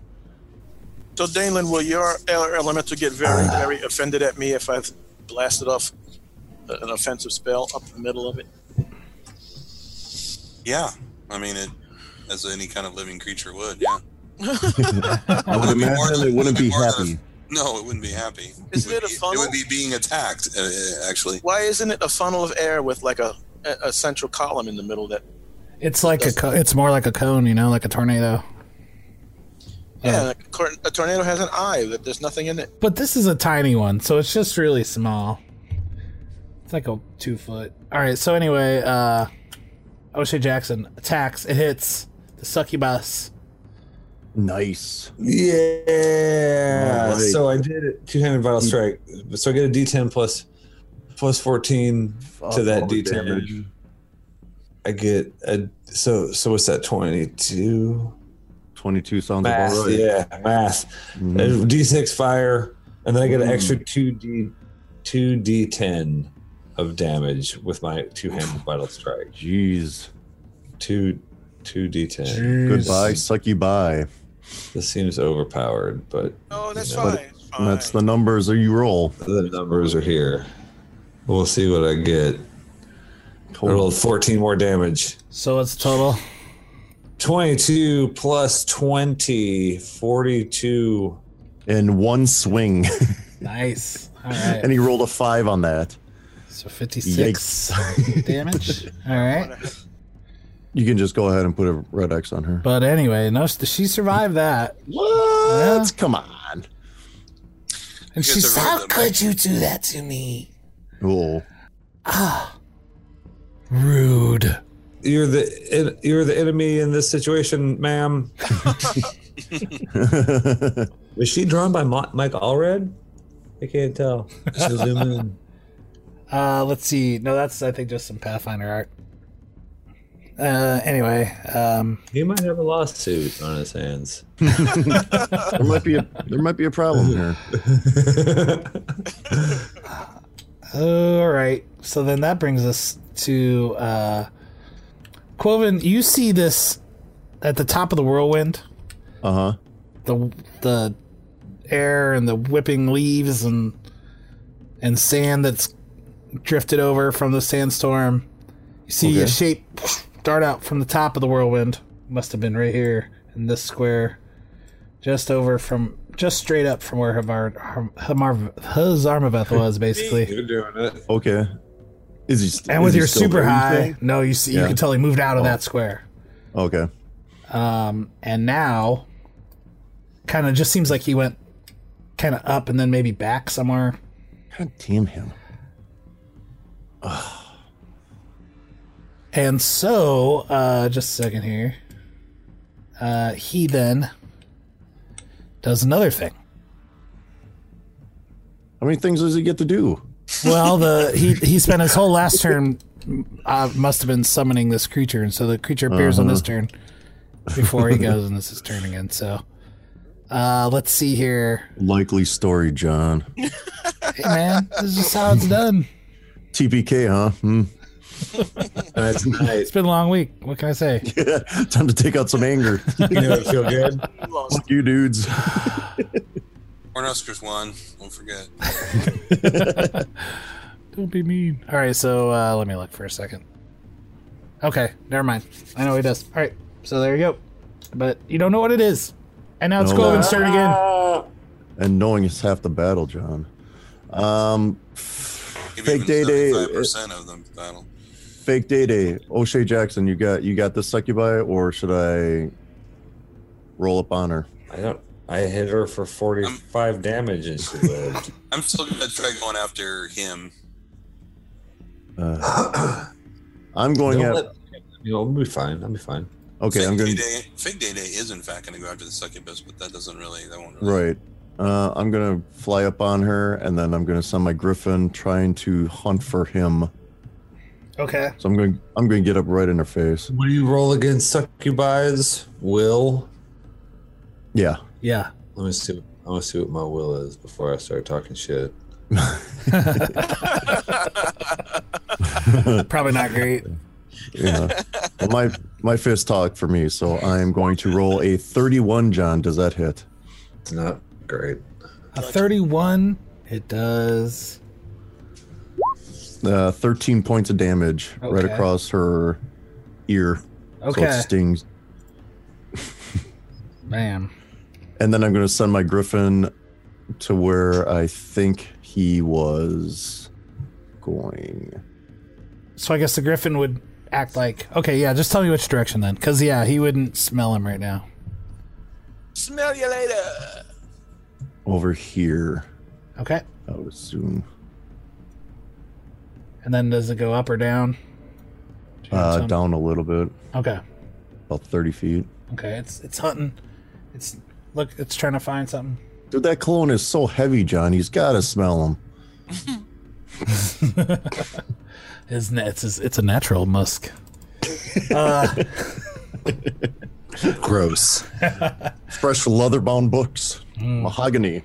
S6: So, Danelin, will your air elemental get very, very offended at me if I've blasted off a- an offensive spell up the middle of it?
S5: Yeah, I mean it, as any kind of living creature would. Yeah.
S8: I would imagine it wouldn't be happy.
S5: No, it wouldn't be happy.
S6: Isn't
S5: would
S6: it a
S5: be- It
S6: funnel?
S5: would be being attacked, uh, uh, actually.
S6: Why isn't it a funnel of air with like a, a, a central column in the middle that
S1: It's like a co- it's more like a cone, you know, like a tornado.
S6: yeah, a cor- a tornado has an eye that there's nothing in it.
S1: But this is a tiny one, so it's just really small. It's like a two foot. All right. So anyway, uh, O'Shea Jackson attacks. It hits the succubus.
S4: Nice.
S2: Yeah.
S4: Alright.
S2: So I did it. Two handed vital strike. So I get a D10 plus plus 14 to that
S4: Fuck,
S2: D10.
S4: damage.
S2: I get a so so what's that 22
S4: 22 sounds
S2: math
S4: about right.
S2: yeah math
S4: Mhm.
S2: A D6 fire and then I get an
S4: Mm.
S2: extra 2D 2D10 of damage with my two-handed vital strike
S4: Jeez.
S2: 2 2D10
S4: Goodbye, suck you bye.
S2: this seems overpowered but
S6: Oh, that's
S2: Yeah.
S6: fine. fine.
S4: That's the numbers that you roll.
S2: the numbers are here we'll see what I get I rolled 14 more damage
S1: So it's total.
S2: 22 plus 20 42
S4: In one swing.
S1: Nice. All right.
S4: and he rolled a five on that.
S1: so fifty six damage. All right.
S4: You can just go ahead and put a red X on her.
S1: But anyway, no, she survived that,
S4: What? Come on.
S1: and
S5: You
S1: she's
S5: guys are
S1: how
S5: really
S1: could you do that to me?
S4: Oh.
S1: Rude.
S2: you're the you're the enemy in this situation, ma'am. Was she drawn by Ma- Mike Allred? I can't tell. Just zoom in.
S1: Uh, let's see. No, that's I think just some Pathfinder art. Uh, anyway, um,
S2: He might have a lawsuit on his hands.
S4: there might be a there might be a problem here.
S1: All right. So then that brings us to uh Quoven, you see this at the top of the whirlwind,
S4: Uh-huh.
S1: the the air and the whipping leaves and and sand that's drifted over from the sandstorm. You see a
S4: Okay.
S1: shape dart out from the top of the whirlwind. Must have been right here in this square, just over from just straight up from where Havar, Hamar, Hazarmaveth was basically.
S2: You're doing it.
S4: Okay. Is he st-
S1: And
S4: is
S1: with
S4: he
S1: your
S4: still
S1: super
S4: there, you
S1: high,
S4: think?
S1: no, you see, you
S4: Yeah. Oh.
S1: can tell he moved out of that square.
S4: Okay.
S1: Um, and now, kind of just seems like he went kind of up and then maybe back somewhere.
S4: God damn him.
S1: And so, uh, just a second here. Uh, he then does another thing.
S4: How many things does he get to do?
S1: Well, the he he spent his whole last turn uh, must have been summoning this creature, and so the creature appears on this
S4: Uh-huh.
S1: turn before he goes, and this is turn again. So, uh, let's see here,
S4: Likely story, John.
S1: hey, man. This is just how it's done.
S4: TPK, huh? Hmm.
S2: That's nice.
S1: It's been a long week. What can I say?
S4: Time to take out some anger.
S2: You know, it feel good.
S6: You lost.
S4: Fuck you dudes.
S5: Cornhuskers won. Don't forget.
S1: Don't be mean. All right, so uh, let me look for a second. Okay, never mind. I know what he does. All right, so there you go. But you don't know what it is. And now it's
S4: No.
S1: Quoven's turn again.
S4: and knowing is half the battle, John. Um
S5: Maybe
S4: Fake Day Day.
S5: Five percent of them battle.
S4: Fake Day Day. O'Shea Jackson, you got you got this succubi, or should I roll up on her?
S2: I don't. I hit her for 45 damage and she lived.
S5: I'm still gonna try going after him.
S4: Uh, I'm going
S2: Don't
S4: at
S2: let- you know, I'll be fine. I'll be fine.
S4: okay.
S5: Fake
S4: I'm going
S5: Day Day, Fake Day Day is in fact gonna go after the succubus, but that doesn't really. That won't really.
S4: right. Uh, I'm gonna fly up on her, and then I'm gonna send my griffin trying to hunt for him.
S1: Okay.
S4: So I'm going. I'm going to get up right in her face.
S2: What do you roll against succubi's will?
S4: Yeah.
S1: Yeah.
S2: Let me see. I want to see what my will is before I start talking shit.
S1: Probably not great.
S4: Yeah. Well, my my fist talked for me, so I am going to roll a 31. John, does that hit?
S7: It's not great.
S1: A 31. It does.
S4: Uh, 13 points of damage right
S1: Okay.
S4: across her ear. So
S1: Okay.
S4: it stings.
S1: Man.
S4: And then I'm going to send my griffin to where I think he was going.
S1: So I guess the griffin would act like, okay, yeah, just tell me which direction then. Because, yeah, he wouldn't smell him right now.
S6: Smell you later.
S4: Over here,
S1: Okay.
S4: I would assume.
S1: And then does it go up or down?
S4: Uh, down a little bit,
S1: Okay.
S4: about 30 feet.
S1: Okay. It's it's hunting. It's look. It's trying to find something.
S4: Dude, that cologne is so heavy, John. He's got to smell him.
S1: Isn't it? It's it's a natural musk.
S7: Gross.
S4: Fresh leather bound books,
S1: Mm.
S4: mahogany.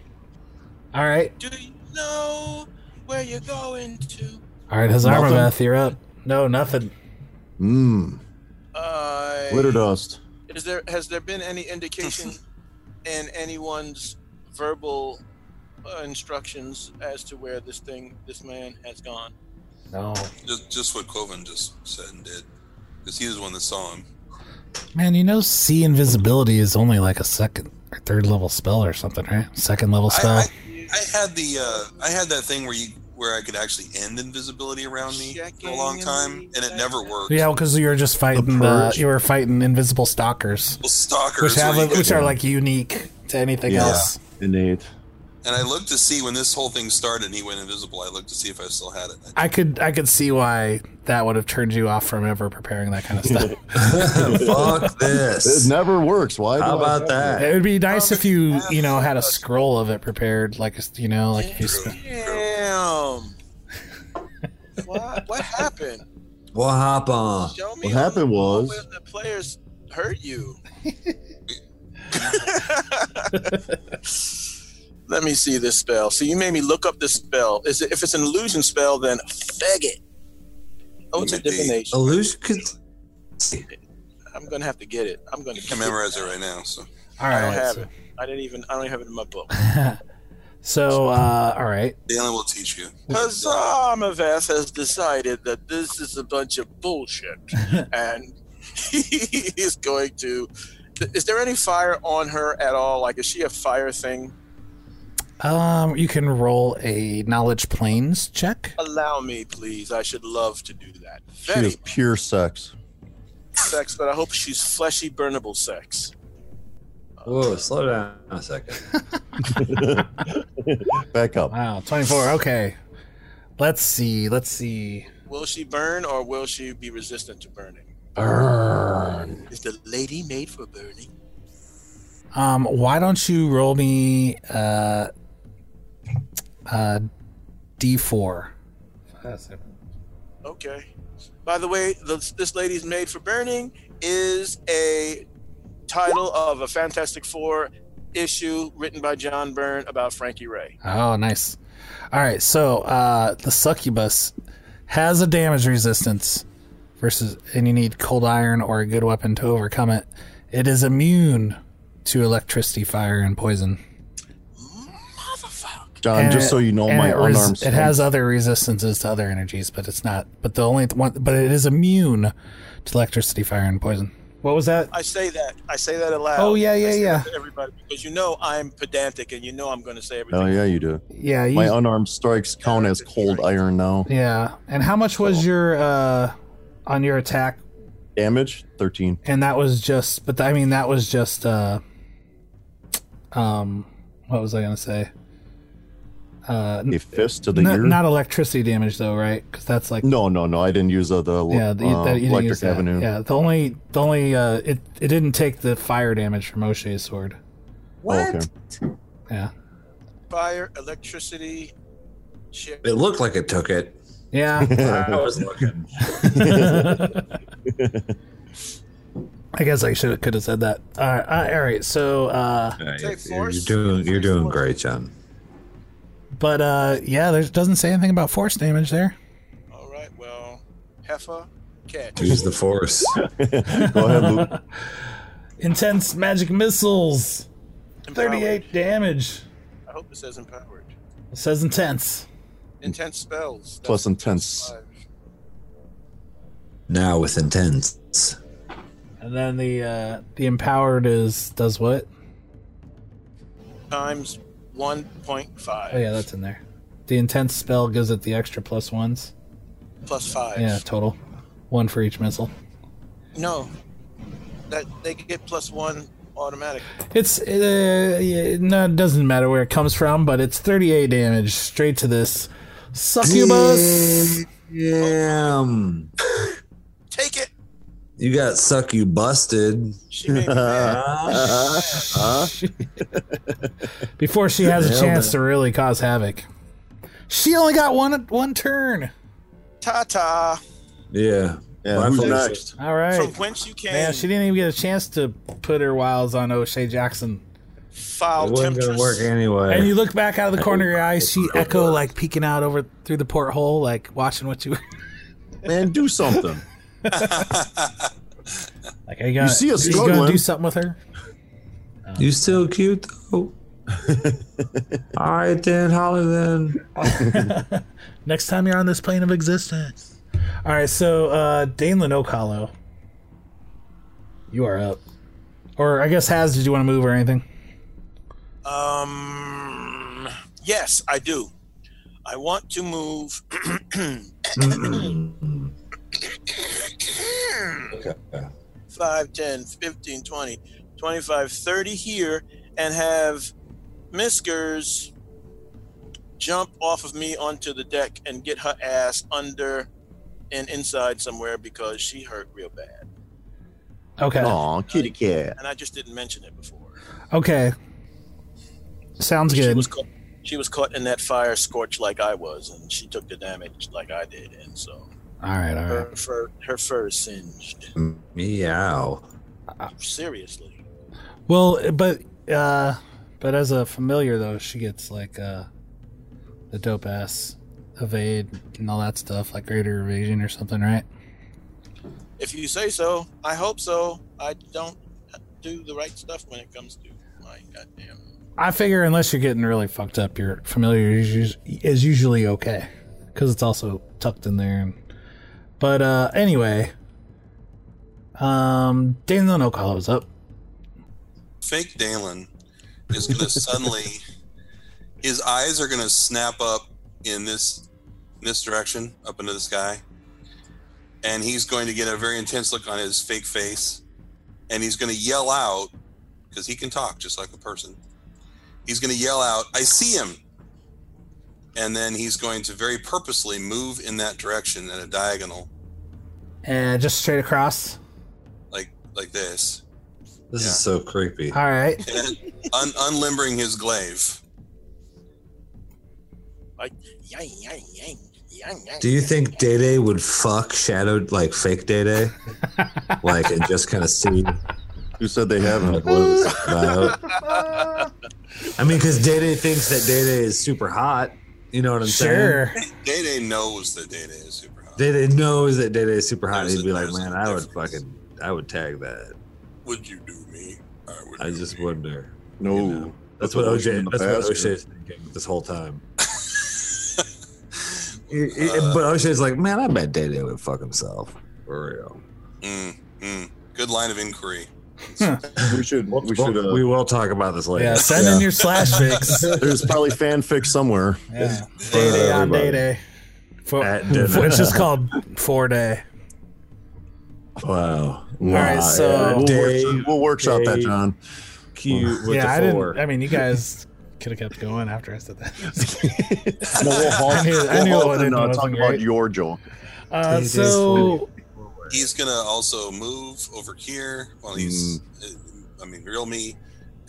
S1: Hmm. All right.
S6: Do you know where you're going to?
S1: All right.
S4: Nothing.
S1: Hazarmaveth, you're up. No, nothing.
S4: Mmm,
S6: I
S4: glitter dust.
S6: Is there has there been any indication in anyone's verbal uh, instructions as to where this thing, this man has gone?
S1: No.
S5: Just, just what Cloven just said and did, because he was the one that saw him.
S1: Man, you know, see invisibility is only like a second or third level spell or something, right? Second level
S5: I,
S1: spell.
S5: I, I had the uh, I had that thing where you where I could actually end invisibility around me for a long
S6: Checking
S5: time, and it never worked.
S1: yeah, because you were just fighting
S4: The
S1: the,
S4: purge.
S1: you were fighting invisible stalkers,
S5: Well, Stalkers,
S1: which have
S5: where you
S1: which
S5: could-
S1: are like unique to anything
S4: Yeah.
S1: else.
S4: Innate.
S5: and I looked to see when this whole thing started, and he went invisible. I looked to see if I still had it. I
S1: I could I could see why that would have turned you off from ever preparing that kind of stuff.
S7: Fuck
S4: It
S7: this.
S4: never works. Why? do
S7: How
S4: I
S7: about
S4: have
S7: that?
S1: It would be nice if you,
S6: Um,
S1: you know,
S6: uh,
S1: had a scroll of it prepared, like you know, like if you sp-
S6: Damn. what what happened?
S7: We'll hop on.
S6: Show me
S4: What happened
S6: all- all
S4: was-
S6: where the players hurt you. Let me see this spell. So you made me look up this spell. Is it if it's an illusion spell, then fag it. Oh, it's a
S5: Let me be-
S6: divination.
S7: Illusion.
S6: I'm gonna have to get it. I'm gonna
S5: can't memorize it right now. So
S1: All
S6: I don't have
S1: so-
S6: it. I didn't even. I don't even have it in my book.
S1: So, uh, all right.
S5: Dalen will teach you.
S6: Hazamavath has decided that this is a bunch of bullshit, and he is going to. Is there any fire on her at all? Like, is she a fire thing?
S1: Um, you can roll a knowledge planes check.
S6: Allow me, please. I should love to do that.
S4: She
S6: Very
S4: is pure sex.
S6: sex, but I hope she's fleshy, burnable sex.
S7: Whoa, slow down a second.
S4: Back up.
S1: Wow, twenty-four. Okay, let's see. Let's see.
S6: Will she burn, or will she be resistant to burning? Burn. Is the lady made for burning?
S1: Um, why don't you roll me uh, uh, D four?
S6: Okay. By the way, this, this lady's made for burning is a title of a Fantastic Four issue written by John Byrne about Frankie Ray.
S1: Oh, nice. All right, so uh, the succubus has a damage resistance versus, and you need cold iron or a good weapon to overcome it. It is immune to electricity, fire, and poison.
S4: John,
S1: And
S4: Uh, just
S1: it-
S4: so you know,
S1: and
S4: my
S1: it res-
S4: unarmed.
S1: It has other resistances to other energies, but it's not. But the only th- one, but it is immune to electricity, fire, and poison. What was that?
S6: I say that. I say that aloud.
S1: Oh, yeah, yeah,
S6: I say that
S1: yeah.
S6: to everybody, because you know I'm pedantic, and you know I'm going to say everything.
S4: Oh yeah, you do.
S1: Yeah, you,
S4: My unarmed strikes count as cold iron now.
S1: yeah. And how much was your uh on your attack?
S4: Damage thirteen.
S1: And that was just, but I mean, that was just uh, um, what was I gonna say? Uh, n-
S4: A fist to the
S1: not,
S4: ear.
S1: not electricity damage though, right? Because that's like
S4: no, no, no. I didn't use uh, the
S1: yeah, the,
S4: uh,
S1: that, you didn't
S4: electric
S1: use that.
S4: avenue.
S1: Yeah, the only the only uh, it it didn't take the fire damage from O'Shea's sword.
S4: Oh, okay.
S1: Yeah,
S6: Fire, electricity, shit.
S7: It looked like it took it.
S1: yeah.
S7: I was looking.
S1: I guess I should could have said that. All right, all right. So, uh,
S7: Yeah,
S6: Take
S7: you're, you're
S6: force.
S7: doing you're
S6: Take
S7: doing
S6: force.
S7: great, John.
S1: but uh, yeah, there doesn't say anything about force damage there.
S6: All right. Well, Heffa, catch.
S2: Use the force.
S4: Go ahead, Luke.
S1: Intense magic missiles.
S6: Empowered.
S1: 38 damage.
S6: I hope it says empowered.
S1: It says intense.
S6: Intense spells. That's
S4: Plus intense.
S6: five.
S2: Now with intense.
S1: And then the uh, the empowered is does what?
S6: Times 1.5.
S1: Oh yeah, that's in there. The intense spell gives it the extra plus ones.
S6: Plus 5.
S1: Yeah, total. One for each missile.
S6: No. That They get plus 1 automatic.
S1: It's uh, yeah, no, it doesn't matter where it comes from, but it's 38 damage straight to this succubus.
S2: Damn.
S6: Take it!
S2: You got suck you busted.
S6: She made me mad.
S7: Uh-huh.
S1: before she has a
S2: Nailed
S1: chance
S2: it.
S1: to really cause havoc. She only got one one turn.
S6: Ta ta.
S2: Yeah.
S4: Yeah,
S2: Well, I
S4: who's
S2: feel-
S4: next?
S1: All right.
S6: From whence you came,
S1: Man, she didn't even get a chance to put her wiles on O'Shea Jackson.
S6: foul
S2: It wasn't gonna
S6: temptress.
S2: work anyway.
S1: And you look back out of the corner of your eye, see Echo like peeking out over through the porthole, like watching what you
S4: Man, do something.
S1: like. Are you gonna,
S4: You see us
S1: are you gonna
S4: struggling.
S1: do something with her?
S2: You still cute though. All right then, holler then.
S1: Next time you're on this plane of existence. All right, so uh, Dane Linocalo, you are up. Or I guess Has, did you want to move or anything?
S6: Um, yes, I do. I want to move. Five, 10, 15, 20, 25, 30 here and have Miskers jump off of me onto the deck and get her ass under and inside somewhere because she hurt real bad.
S1: Okay.
S4: Aw, kitty cat.
S6: And I just didn't mention it before.
S1: Okay. Sounds
S6: She
S1: good.
S6: was caught, she was caught in that fire scorch like I was, and she took the damage like I did, and so
S1: all right, all right.
S6: her fur her fur is singed.
S2: Meow.
S6: Seriously,
S1: Well, but uh, but as a familiar though, she gets like uh, the dope ass evade and all that stuff, like greater evasion or something, right?
S6: if you say so, I hope so. I don't do the right stuff when it comes to my goddamn.
S1: I figure unless you're getting really fucked up, your familiar is us- is usually okay because it's also tucked in there. And, but uh, anyway, um, Daniel Nocalo is up.
S5: fake Dalen is going to suddenly, his eyes are going to snap up in this in this direction, up into the sky, and he's going to get a very intense look on his fake face, and he's going to yell out because he can talk just like a person. He's going to yell out, "I see him." And then he's going to very purposely move in that direction at a diagonal,
S1: Uh, just straight across.
S5: like like this,
S2: This
S5: Yeah.
S2: is so creepy.
S1: All right.
S5: and un- unlimbering his glaive.
S6: Yang, yang, yang, yang, yang.
S2: Do you think Day Day would fuck Shadow like fake Day Day? like and just kind of see
S4: Who said they haven't?
S2: like what it was about? I mean, because Day Day thinks that Day Day is super hot. You know what I'm saying?
S1: Sure.
S5: Day Day knows that Day Day is super hot.
S2: Day Day knows that Day Day is super hot.
S5: There's
S2: He'd
S5: a-
S2: be like,
S5: there's
S2: man,
S5: a
S2: I would
S5: difference.
S2: fucking, I would tag that.
S5: Would you do me? I would.
S2: I
S5: do
S2: just
S5: me.
S2: wonder.
S4: No.
S2: You know, That's,
S4: That's
S2: what
S4: what was in
S2: OJ.
S4: the
S2: That's what
S4: basket.
S2: OJ's thinking this whole time. He- he- but OJ's like, man, I bet Day Day would fuck himself for real.
S5: Mm, mm. Good line of inquiry.
S4: We should. We
S2: Well,
S4: should. Uh,
S2: we will talk about this later.
S1: Yeah. Send in your slash fix.
S4: there's probably fanfic somewhere.
S1: Yeah. Day day on
S2: everybody.
S1: day day. For,
S2: At dinner.
S1: for- it's just called four day.
S2: Wow.
S1: All right, so
S4: We'll,
S2: Day-
S4: workshop, we'll workshop that,
S2: Day-
S4: John.
S2: Cute with
S1: yeah, I
S2: the
S1: didn't.
S2: four.
S1: I mean, you guys could have kept going after I said that.
S4: No, we'll halt,
S1: knew- I
S4: we'll
S1: knew
S4: halt
S1: what I
S4: and
S1: did
S4: uh,
S1: wasn't
S4: talk about
S1: great.
S4: your joke.
S1: Uh,
S2: Day day's
S1: so
S5: He's gonna also move over here while he's,
S2: Mm.
S5: uh I mean, real me,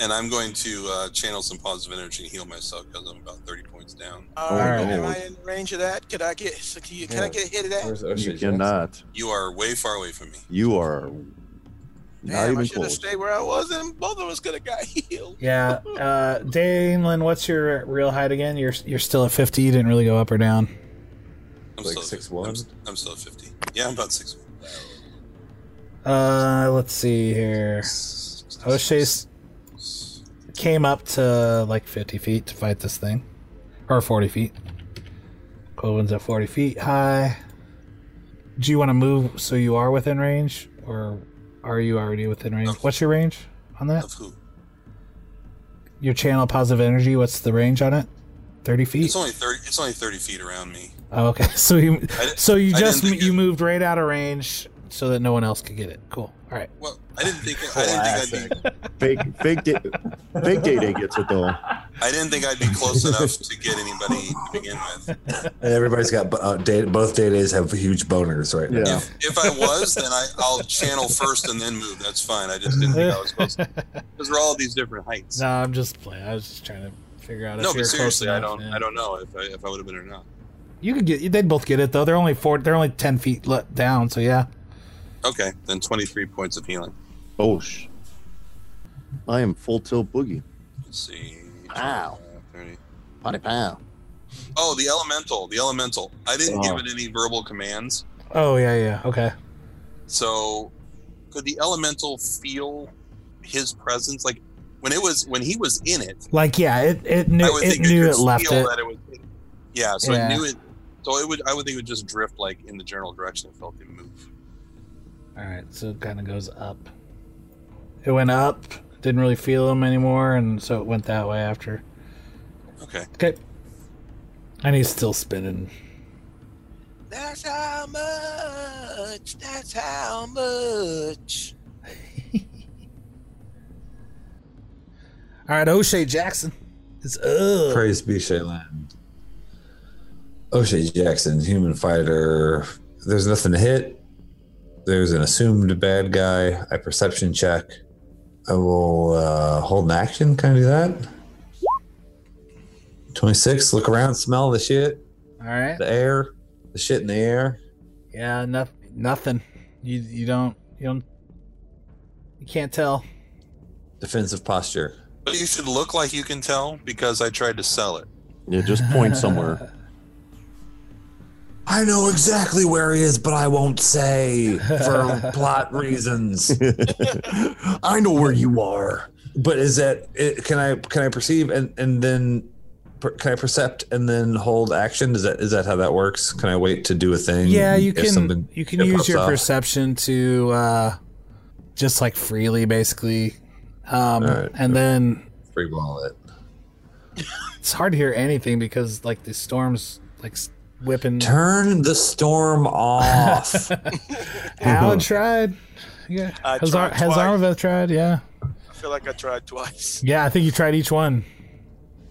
S5: and I'm going to uh, channel some positive energy and heal myself because I'm about 30 points down.
S6: All
S1: All
S6: right,
S1: right.
S6: am I in range of that? Could I get can I get a hit of that?
S2: Where's OJ
S4: You
S2: Jackson?
S4: cannot.
S5: You are way far away from me.
S4: You are not
S6: Damn, I
S4: even
S6: should have
S4: close.
S6: stayed where I was, and both of us could have got healed.
S1: yeah, uh, Damelin, what's your real height again? You're you're still at fifty. You didn't really go up or down.
S5: I'm
S2: Like
S5: still
S2: six
S5: I'm,
S2: one?
S5: I'm still at 50. Yeah, I'm about six. One.
S1: Uh, let's see here. O'Shea's came up to like 50 feet to fight this thing, or 40 feet. Cloven's at 40 feet high. Do you want to move so you are within range, or are you already within range? What's your range on that? Of
S5: who?
S1: Your channel positive energy. What's the range on it? 30 feet.
S5: It's only thirty. It's only thirty feet around me.
S1: Oh, okay. So you
S5: I di-
S1: so you
S5: I
S1: just
S5: didn't think
S1: you moved right out of range so that no one else could get it. Cool. All right.
S5: Well, I didn't think. I didn't think I'd be.
S4: Fake, fake, da- fake data gets it though.
S5: I didn't think I'd be close enough to get anybody to begin with.
S2: And everybody's got uh, day, both day days have huge boners right now.
S5: If I was, then I, I'll channel first and then move. That's fine. I just didn't think I was supposed to. Because we're all at these different heights.
S1: No, I'm just playing. I was just trying to figure out.
S5: No,
S1: if
S5: but
S1: you're
S5: seriously,
S1: close
S5: I
S1: enough,
S5: don't.
S1: man.
S5: I don't know if I, if I would have been or not.
S1: You could get. They'd both get it though. They're only four. They're only ten feet let down. So yeah.
S5: Okay, then twenty three points of healing.
S4: Oh, sh- I am full tilt boogie.
S5: Let's see.
S4: Wow.
S5: 30.
S4: Potty pow.
S5: Oh, the elemental. The elemental. I didn't
S4: Wow.
S5: give it any verbal commands.
S1: Oh yeah yeah okay.
S5: So, could the elemental feel his presence? Like when it was when he was in it,
S1: Like yeah, it it knew
S5: I would
S1: it
S5: think it
S1: knew
S5: could
S1: it left
S5: feel
S1: it.
S5: that it was. Yeah, so
S1: Yeah.
S5: it knew it. So it would. I would think it would just drift like in the general direction it felt him move.
S1: All right, so it kind of goes up. It went up. Didn't really feel him anymore, and so it went that way after.
S5: Okay.
S1: Okay. And he's still spinning.
S6: That's how much. That's how much.
S1: All right, O'Shea Jackson is up.
S2: Praise be Shayland. O'Shea Jackson, human fighter. There's nothing to hit. There's an assumed bad guy. I perception check. I will uh, hold an action. Can I do that? 26. Look around, smell the shit,
S1: All right.
S2: the air, the shit in the air.
S1: Yeah, no, nothing. You you don't you don't you can't tell.
S2: Defensive posture.
S5: But you should look like you can tell because I tried to sell it.
S4: Yeah, just point somewhere.
S2: I know exactly where he is, but I won't say for plot reasons. I know where you are. But is that it, can I can I perceive and and then per, can I percept and then hold action? Is that is that how that works? Can I wait to do a thing?
S1: Yeah, you
S2: if
S1: can
S2: something-
S1: you can
S2: it
S1: use
S2: pops
S1: your
S2: off?
S1: perception to uh just like freely basically. Um
S2: All right.
S1: and then
S2: free ball it.
S1: it's hard to hear anything because like the storm's like s- whipping.
S2: Turn the storm off.
S1: Alan tried. Yeah.
S6: I
S1: Has
S6: tried twice.
S1: Arveth tried? Yeah.
S6: I feel like I tried twice.
S1: Yeah, I think you tried each one.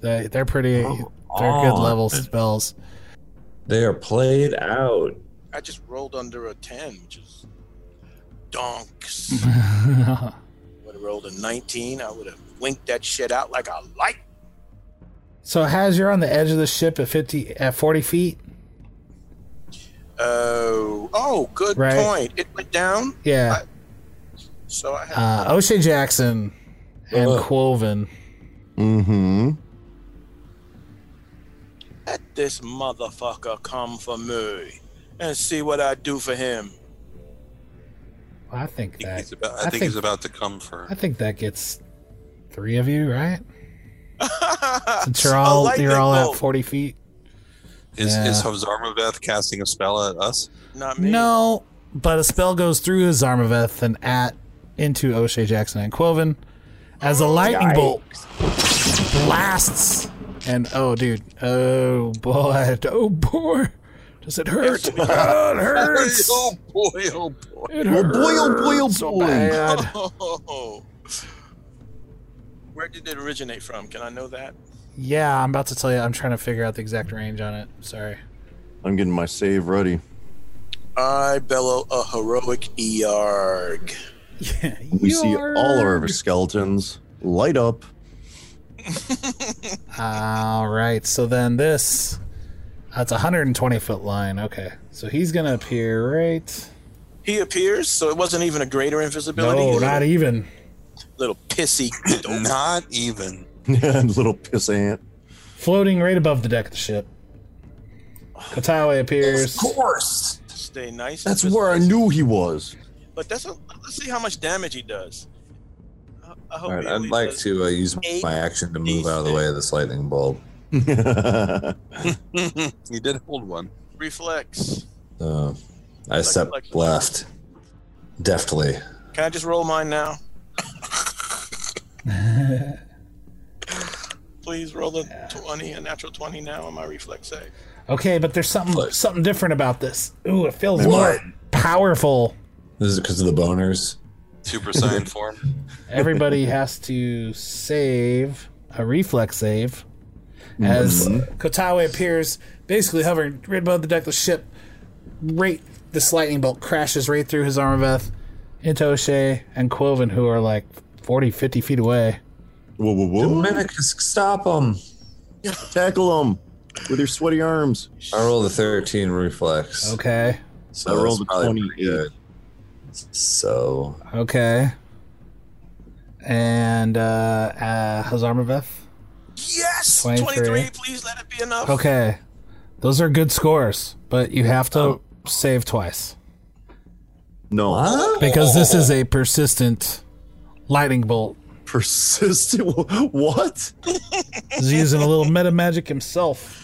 S1: They, they're pretty.
S2: Oh,
S1: They're good
S2: on.
S1: level spells.
S2: they are played out.
S6: I just rolled under a 10, which is donks. would have rolled a 19. I would have winked that shit out like a light.
S1: So Haz, you're on the edge of the ship at fifty at forty feet.
S6: Oh, oh, good
S1: Right.
S6: point. It went down,
S1: Yeah.
S6: so I had
S1: Uh, O'Shea Jackson and
S2: Ugh.
S1: Quoven.
S4: Mm-hmm.
S6: let this motherfucker come for me and see what I do for him.
S1: I think
S5: I think he's
S1: that.
S5: about, I
S1: I
S5: think he's
S1: think-
S5: about to come for.
S1: I think that gets three of you right. Since you're
S6: A
S1: all
S6: lightning
S1: you're all
S6: bolt.
S1: at forty feet.
S5: Is
S1: Yeah.
S5: is Hozarmaveth casting a spell at us?
S6: Not me.
S1: No, but a spell goes through his Zarmaveth and at into O'Shea Jackson and Quoven as a lightning bolt blasts. And oh, dude, oh boy, oh boy, does it hurt? Oh, it hurts.
S5: Oh boy! Oh boy!
S1: It
S4: Oh boy,
S1: hurts.
S4: oh boy, oh boy.
S1: so bad.
S6: Oh. Where did it originate from? Can I know that?
S1: Yeah, I'm about to tell you. I'm trying to figure out the exact range on it. Sorry.
S4: I'm getting my save ready.
S6: I bellow a heroic E ERG.
S1: Yeah,
S4: We see all of our skeletons light up.
S1: All right, so then this. That's a 120 foot line. Okay, so he's gonna appear right.
S6: He appears, so it wasn't even a greater invisibility.
S1: No,
S6: He's a
S1: not e- even.
S6: little pissy. dope.
S5: Not even.
S4: Little piss ant.
S1: Floating right above the deck of the ship. Katawe appears.
S2: Forced.
S6: stay nice. and
S9: That's
S6: just-
S9: where I knew he was.
S6: But that's a, let's see how much damage he does. I, I hope
S2: All right,
S6: he
S2: I'd
S6: only
S2: like
S6: does-
S2: to uh, use
S6: Eight.
S2: my action to move out of the way of this lightning bolt.
S5: you did hold one.
S6: reflex.
S2: Uh, I step left deftly.
S6: Can I just roll mine now? Please roll a twenty, a natural twenty now on my reflex save.
S1: Okay, but there's something something different about this. Ooh, it feels more
S2: What?
S1: powerful.
S2: This is because of the boners.
S5: Super Saiyan form.
S1: Everybody has to save a reflex save as Kotawe appears, basically hovering right above the deck of the ship. Right, this lightning bolt crashes right through his armor vest into O'Shea and Quoven, who are like 40, 50 feet away.
S4: Whoa, whoa, whoa.
S2: Dominicus, stop him.
S4: Tackle him with your sweaty arms.
S2: I rolled a 13 reflex.
S1: Okay.
S2: So
S4: I rolled
S2: that's
S4: a
S2: probably pretty
S4: 28.
S2: good. So
S1: Okay. And uh, uh how's Armaveth?
S6: Yes,
S1: 23.
S6: twenty-three. Please let it be enough.
S1: Okay. Those are good scores, but you have to
S6: Oh.
S1: save twice.
S4: No.
S1: Because this is a persistent lightning bolt.
S4: Persistent. What?
S1: He's using a little meta magic himself.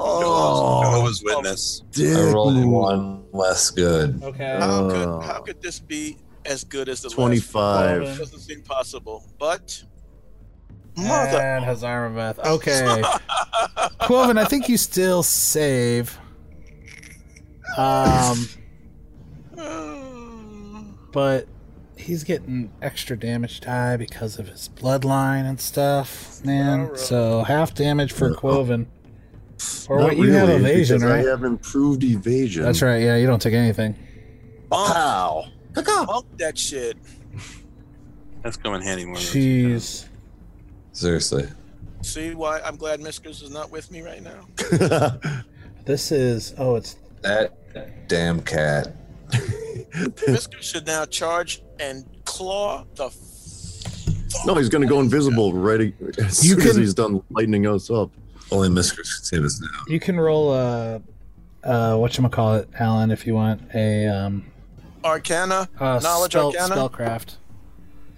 S1: Oh.
S5: Jehovah's Witness.
S2: I
S4: Dude.
S2: rolled a one less good.
S1: Okay.
S6: How
S2: Oh.
S6: could how could this be as good as the last one?
S4: 25.
S6: It doesn't seem possible, but Martha,
S1: And Hazarmaveth. Okay. Quoven, I think you still save. Um but he's getting extra damage die because of his bloodline and stuff, man. So half damage for Quoven. Or
S4: Not
S1: what you have
S4: really,
S1: evasion,
S4: because
S1: right?
S4: I have improved evasion.
S1: That's right. Yeah, you don't take anything.
S4: Wow.
S6: bump that shit.
S5: That's come in handy more. than-
S1: Jeez.
S2: Seriously.
S6: See why I'm glad Miskers is not with me right now.
S1: This is oh, it's
S2: That damn cat.
S6: Miskers should now charge and claw the. F-
S4: No, he's going to go invisible right a- as
S1: You
S4: soon as
S1: can-
S4: he's done lightening us up.
S2: Only Miskers can save us now.
S1: you can roll uh uh whatchamacallit, Alan, if you want a um
S6: Arcana,
S1: uh,
S6: knowledge
S1: spell,
S6: arcana,
S1: spellcraft.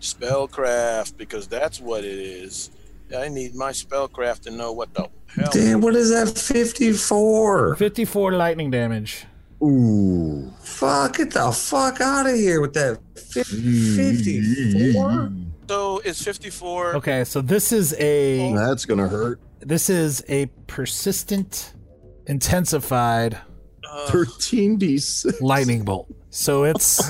S6: spellcraft, because that's what it is. I need my spellcraft to know what the hell.
S2: Damn, what is that? 54.
S1: Fifty four lightning damage.
S4: Ooh.
S2: Fuck, get the fuck out of here with that fif-
S4: Mm.
S2: 54.
S6: So it's 54.
S1: Okay, so this is a
S4: That's going to hurt.
S1: this is a persistent intensified Uh.
S4: 13d6.
S1: lightning bolt. So it's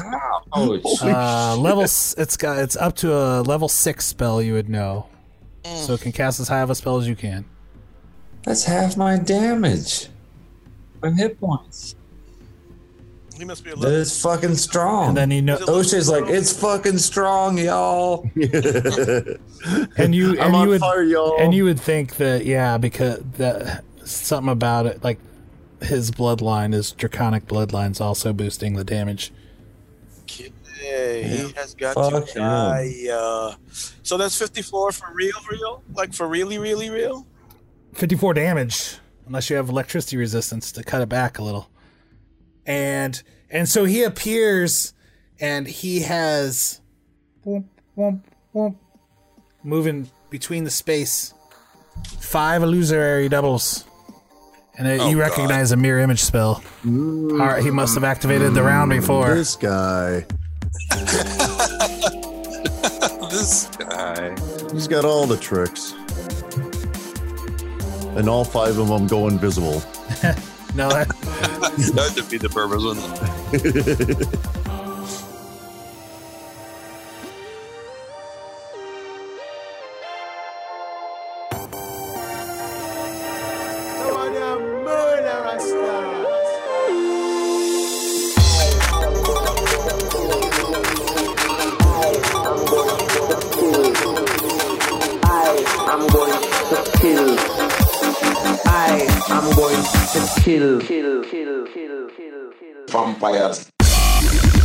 S2: Holy
S1: uh level s- it's got it's up to a level 6 spell you would know. So it can cast as high of a spell as you can.
S2: That's half my damage. My hit points.
S6: He must be a
S2: That
S6: level.
S2: is fucking strong.
S1: And then you know
S2: O'Shea's like, it's fucking strong, y'all.
S1: and you and
S4: I'm
S1: you
S4: on
S1: would
S4: fire, y'all.
S1: and you would think that yeah because that something about it like his bloodline his draconic bloodline's also boosting the damage
S6: Hey, he has got
S2: Fuck
S6: to
S2: him.
S6: die. Uh, so that's 54 for real, real? Like for really, really real?
S1: 54 damage unless you have electricity resistance to cut it back a little and and so he appears and he has whoomp, whoomp, whoomp, moving between the space five illusory doubles and it, you recognize a mirror image spell all right he must have activated the round before
S4: This guy.
S5: This guy.
S4: He's got all the tricks. And all five of them go invisible.
S1: no that,
S5: that would be the purpose, wouldn't it?
S10: I am going to kill. I am going to kill. Kill, kill, kill, kill, kill, kill. Vampires.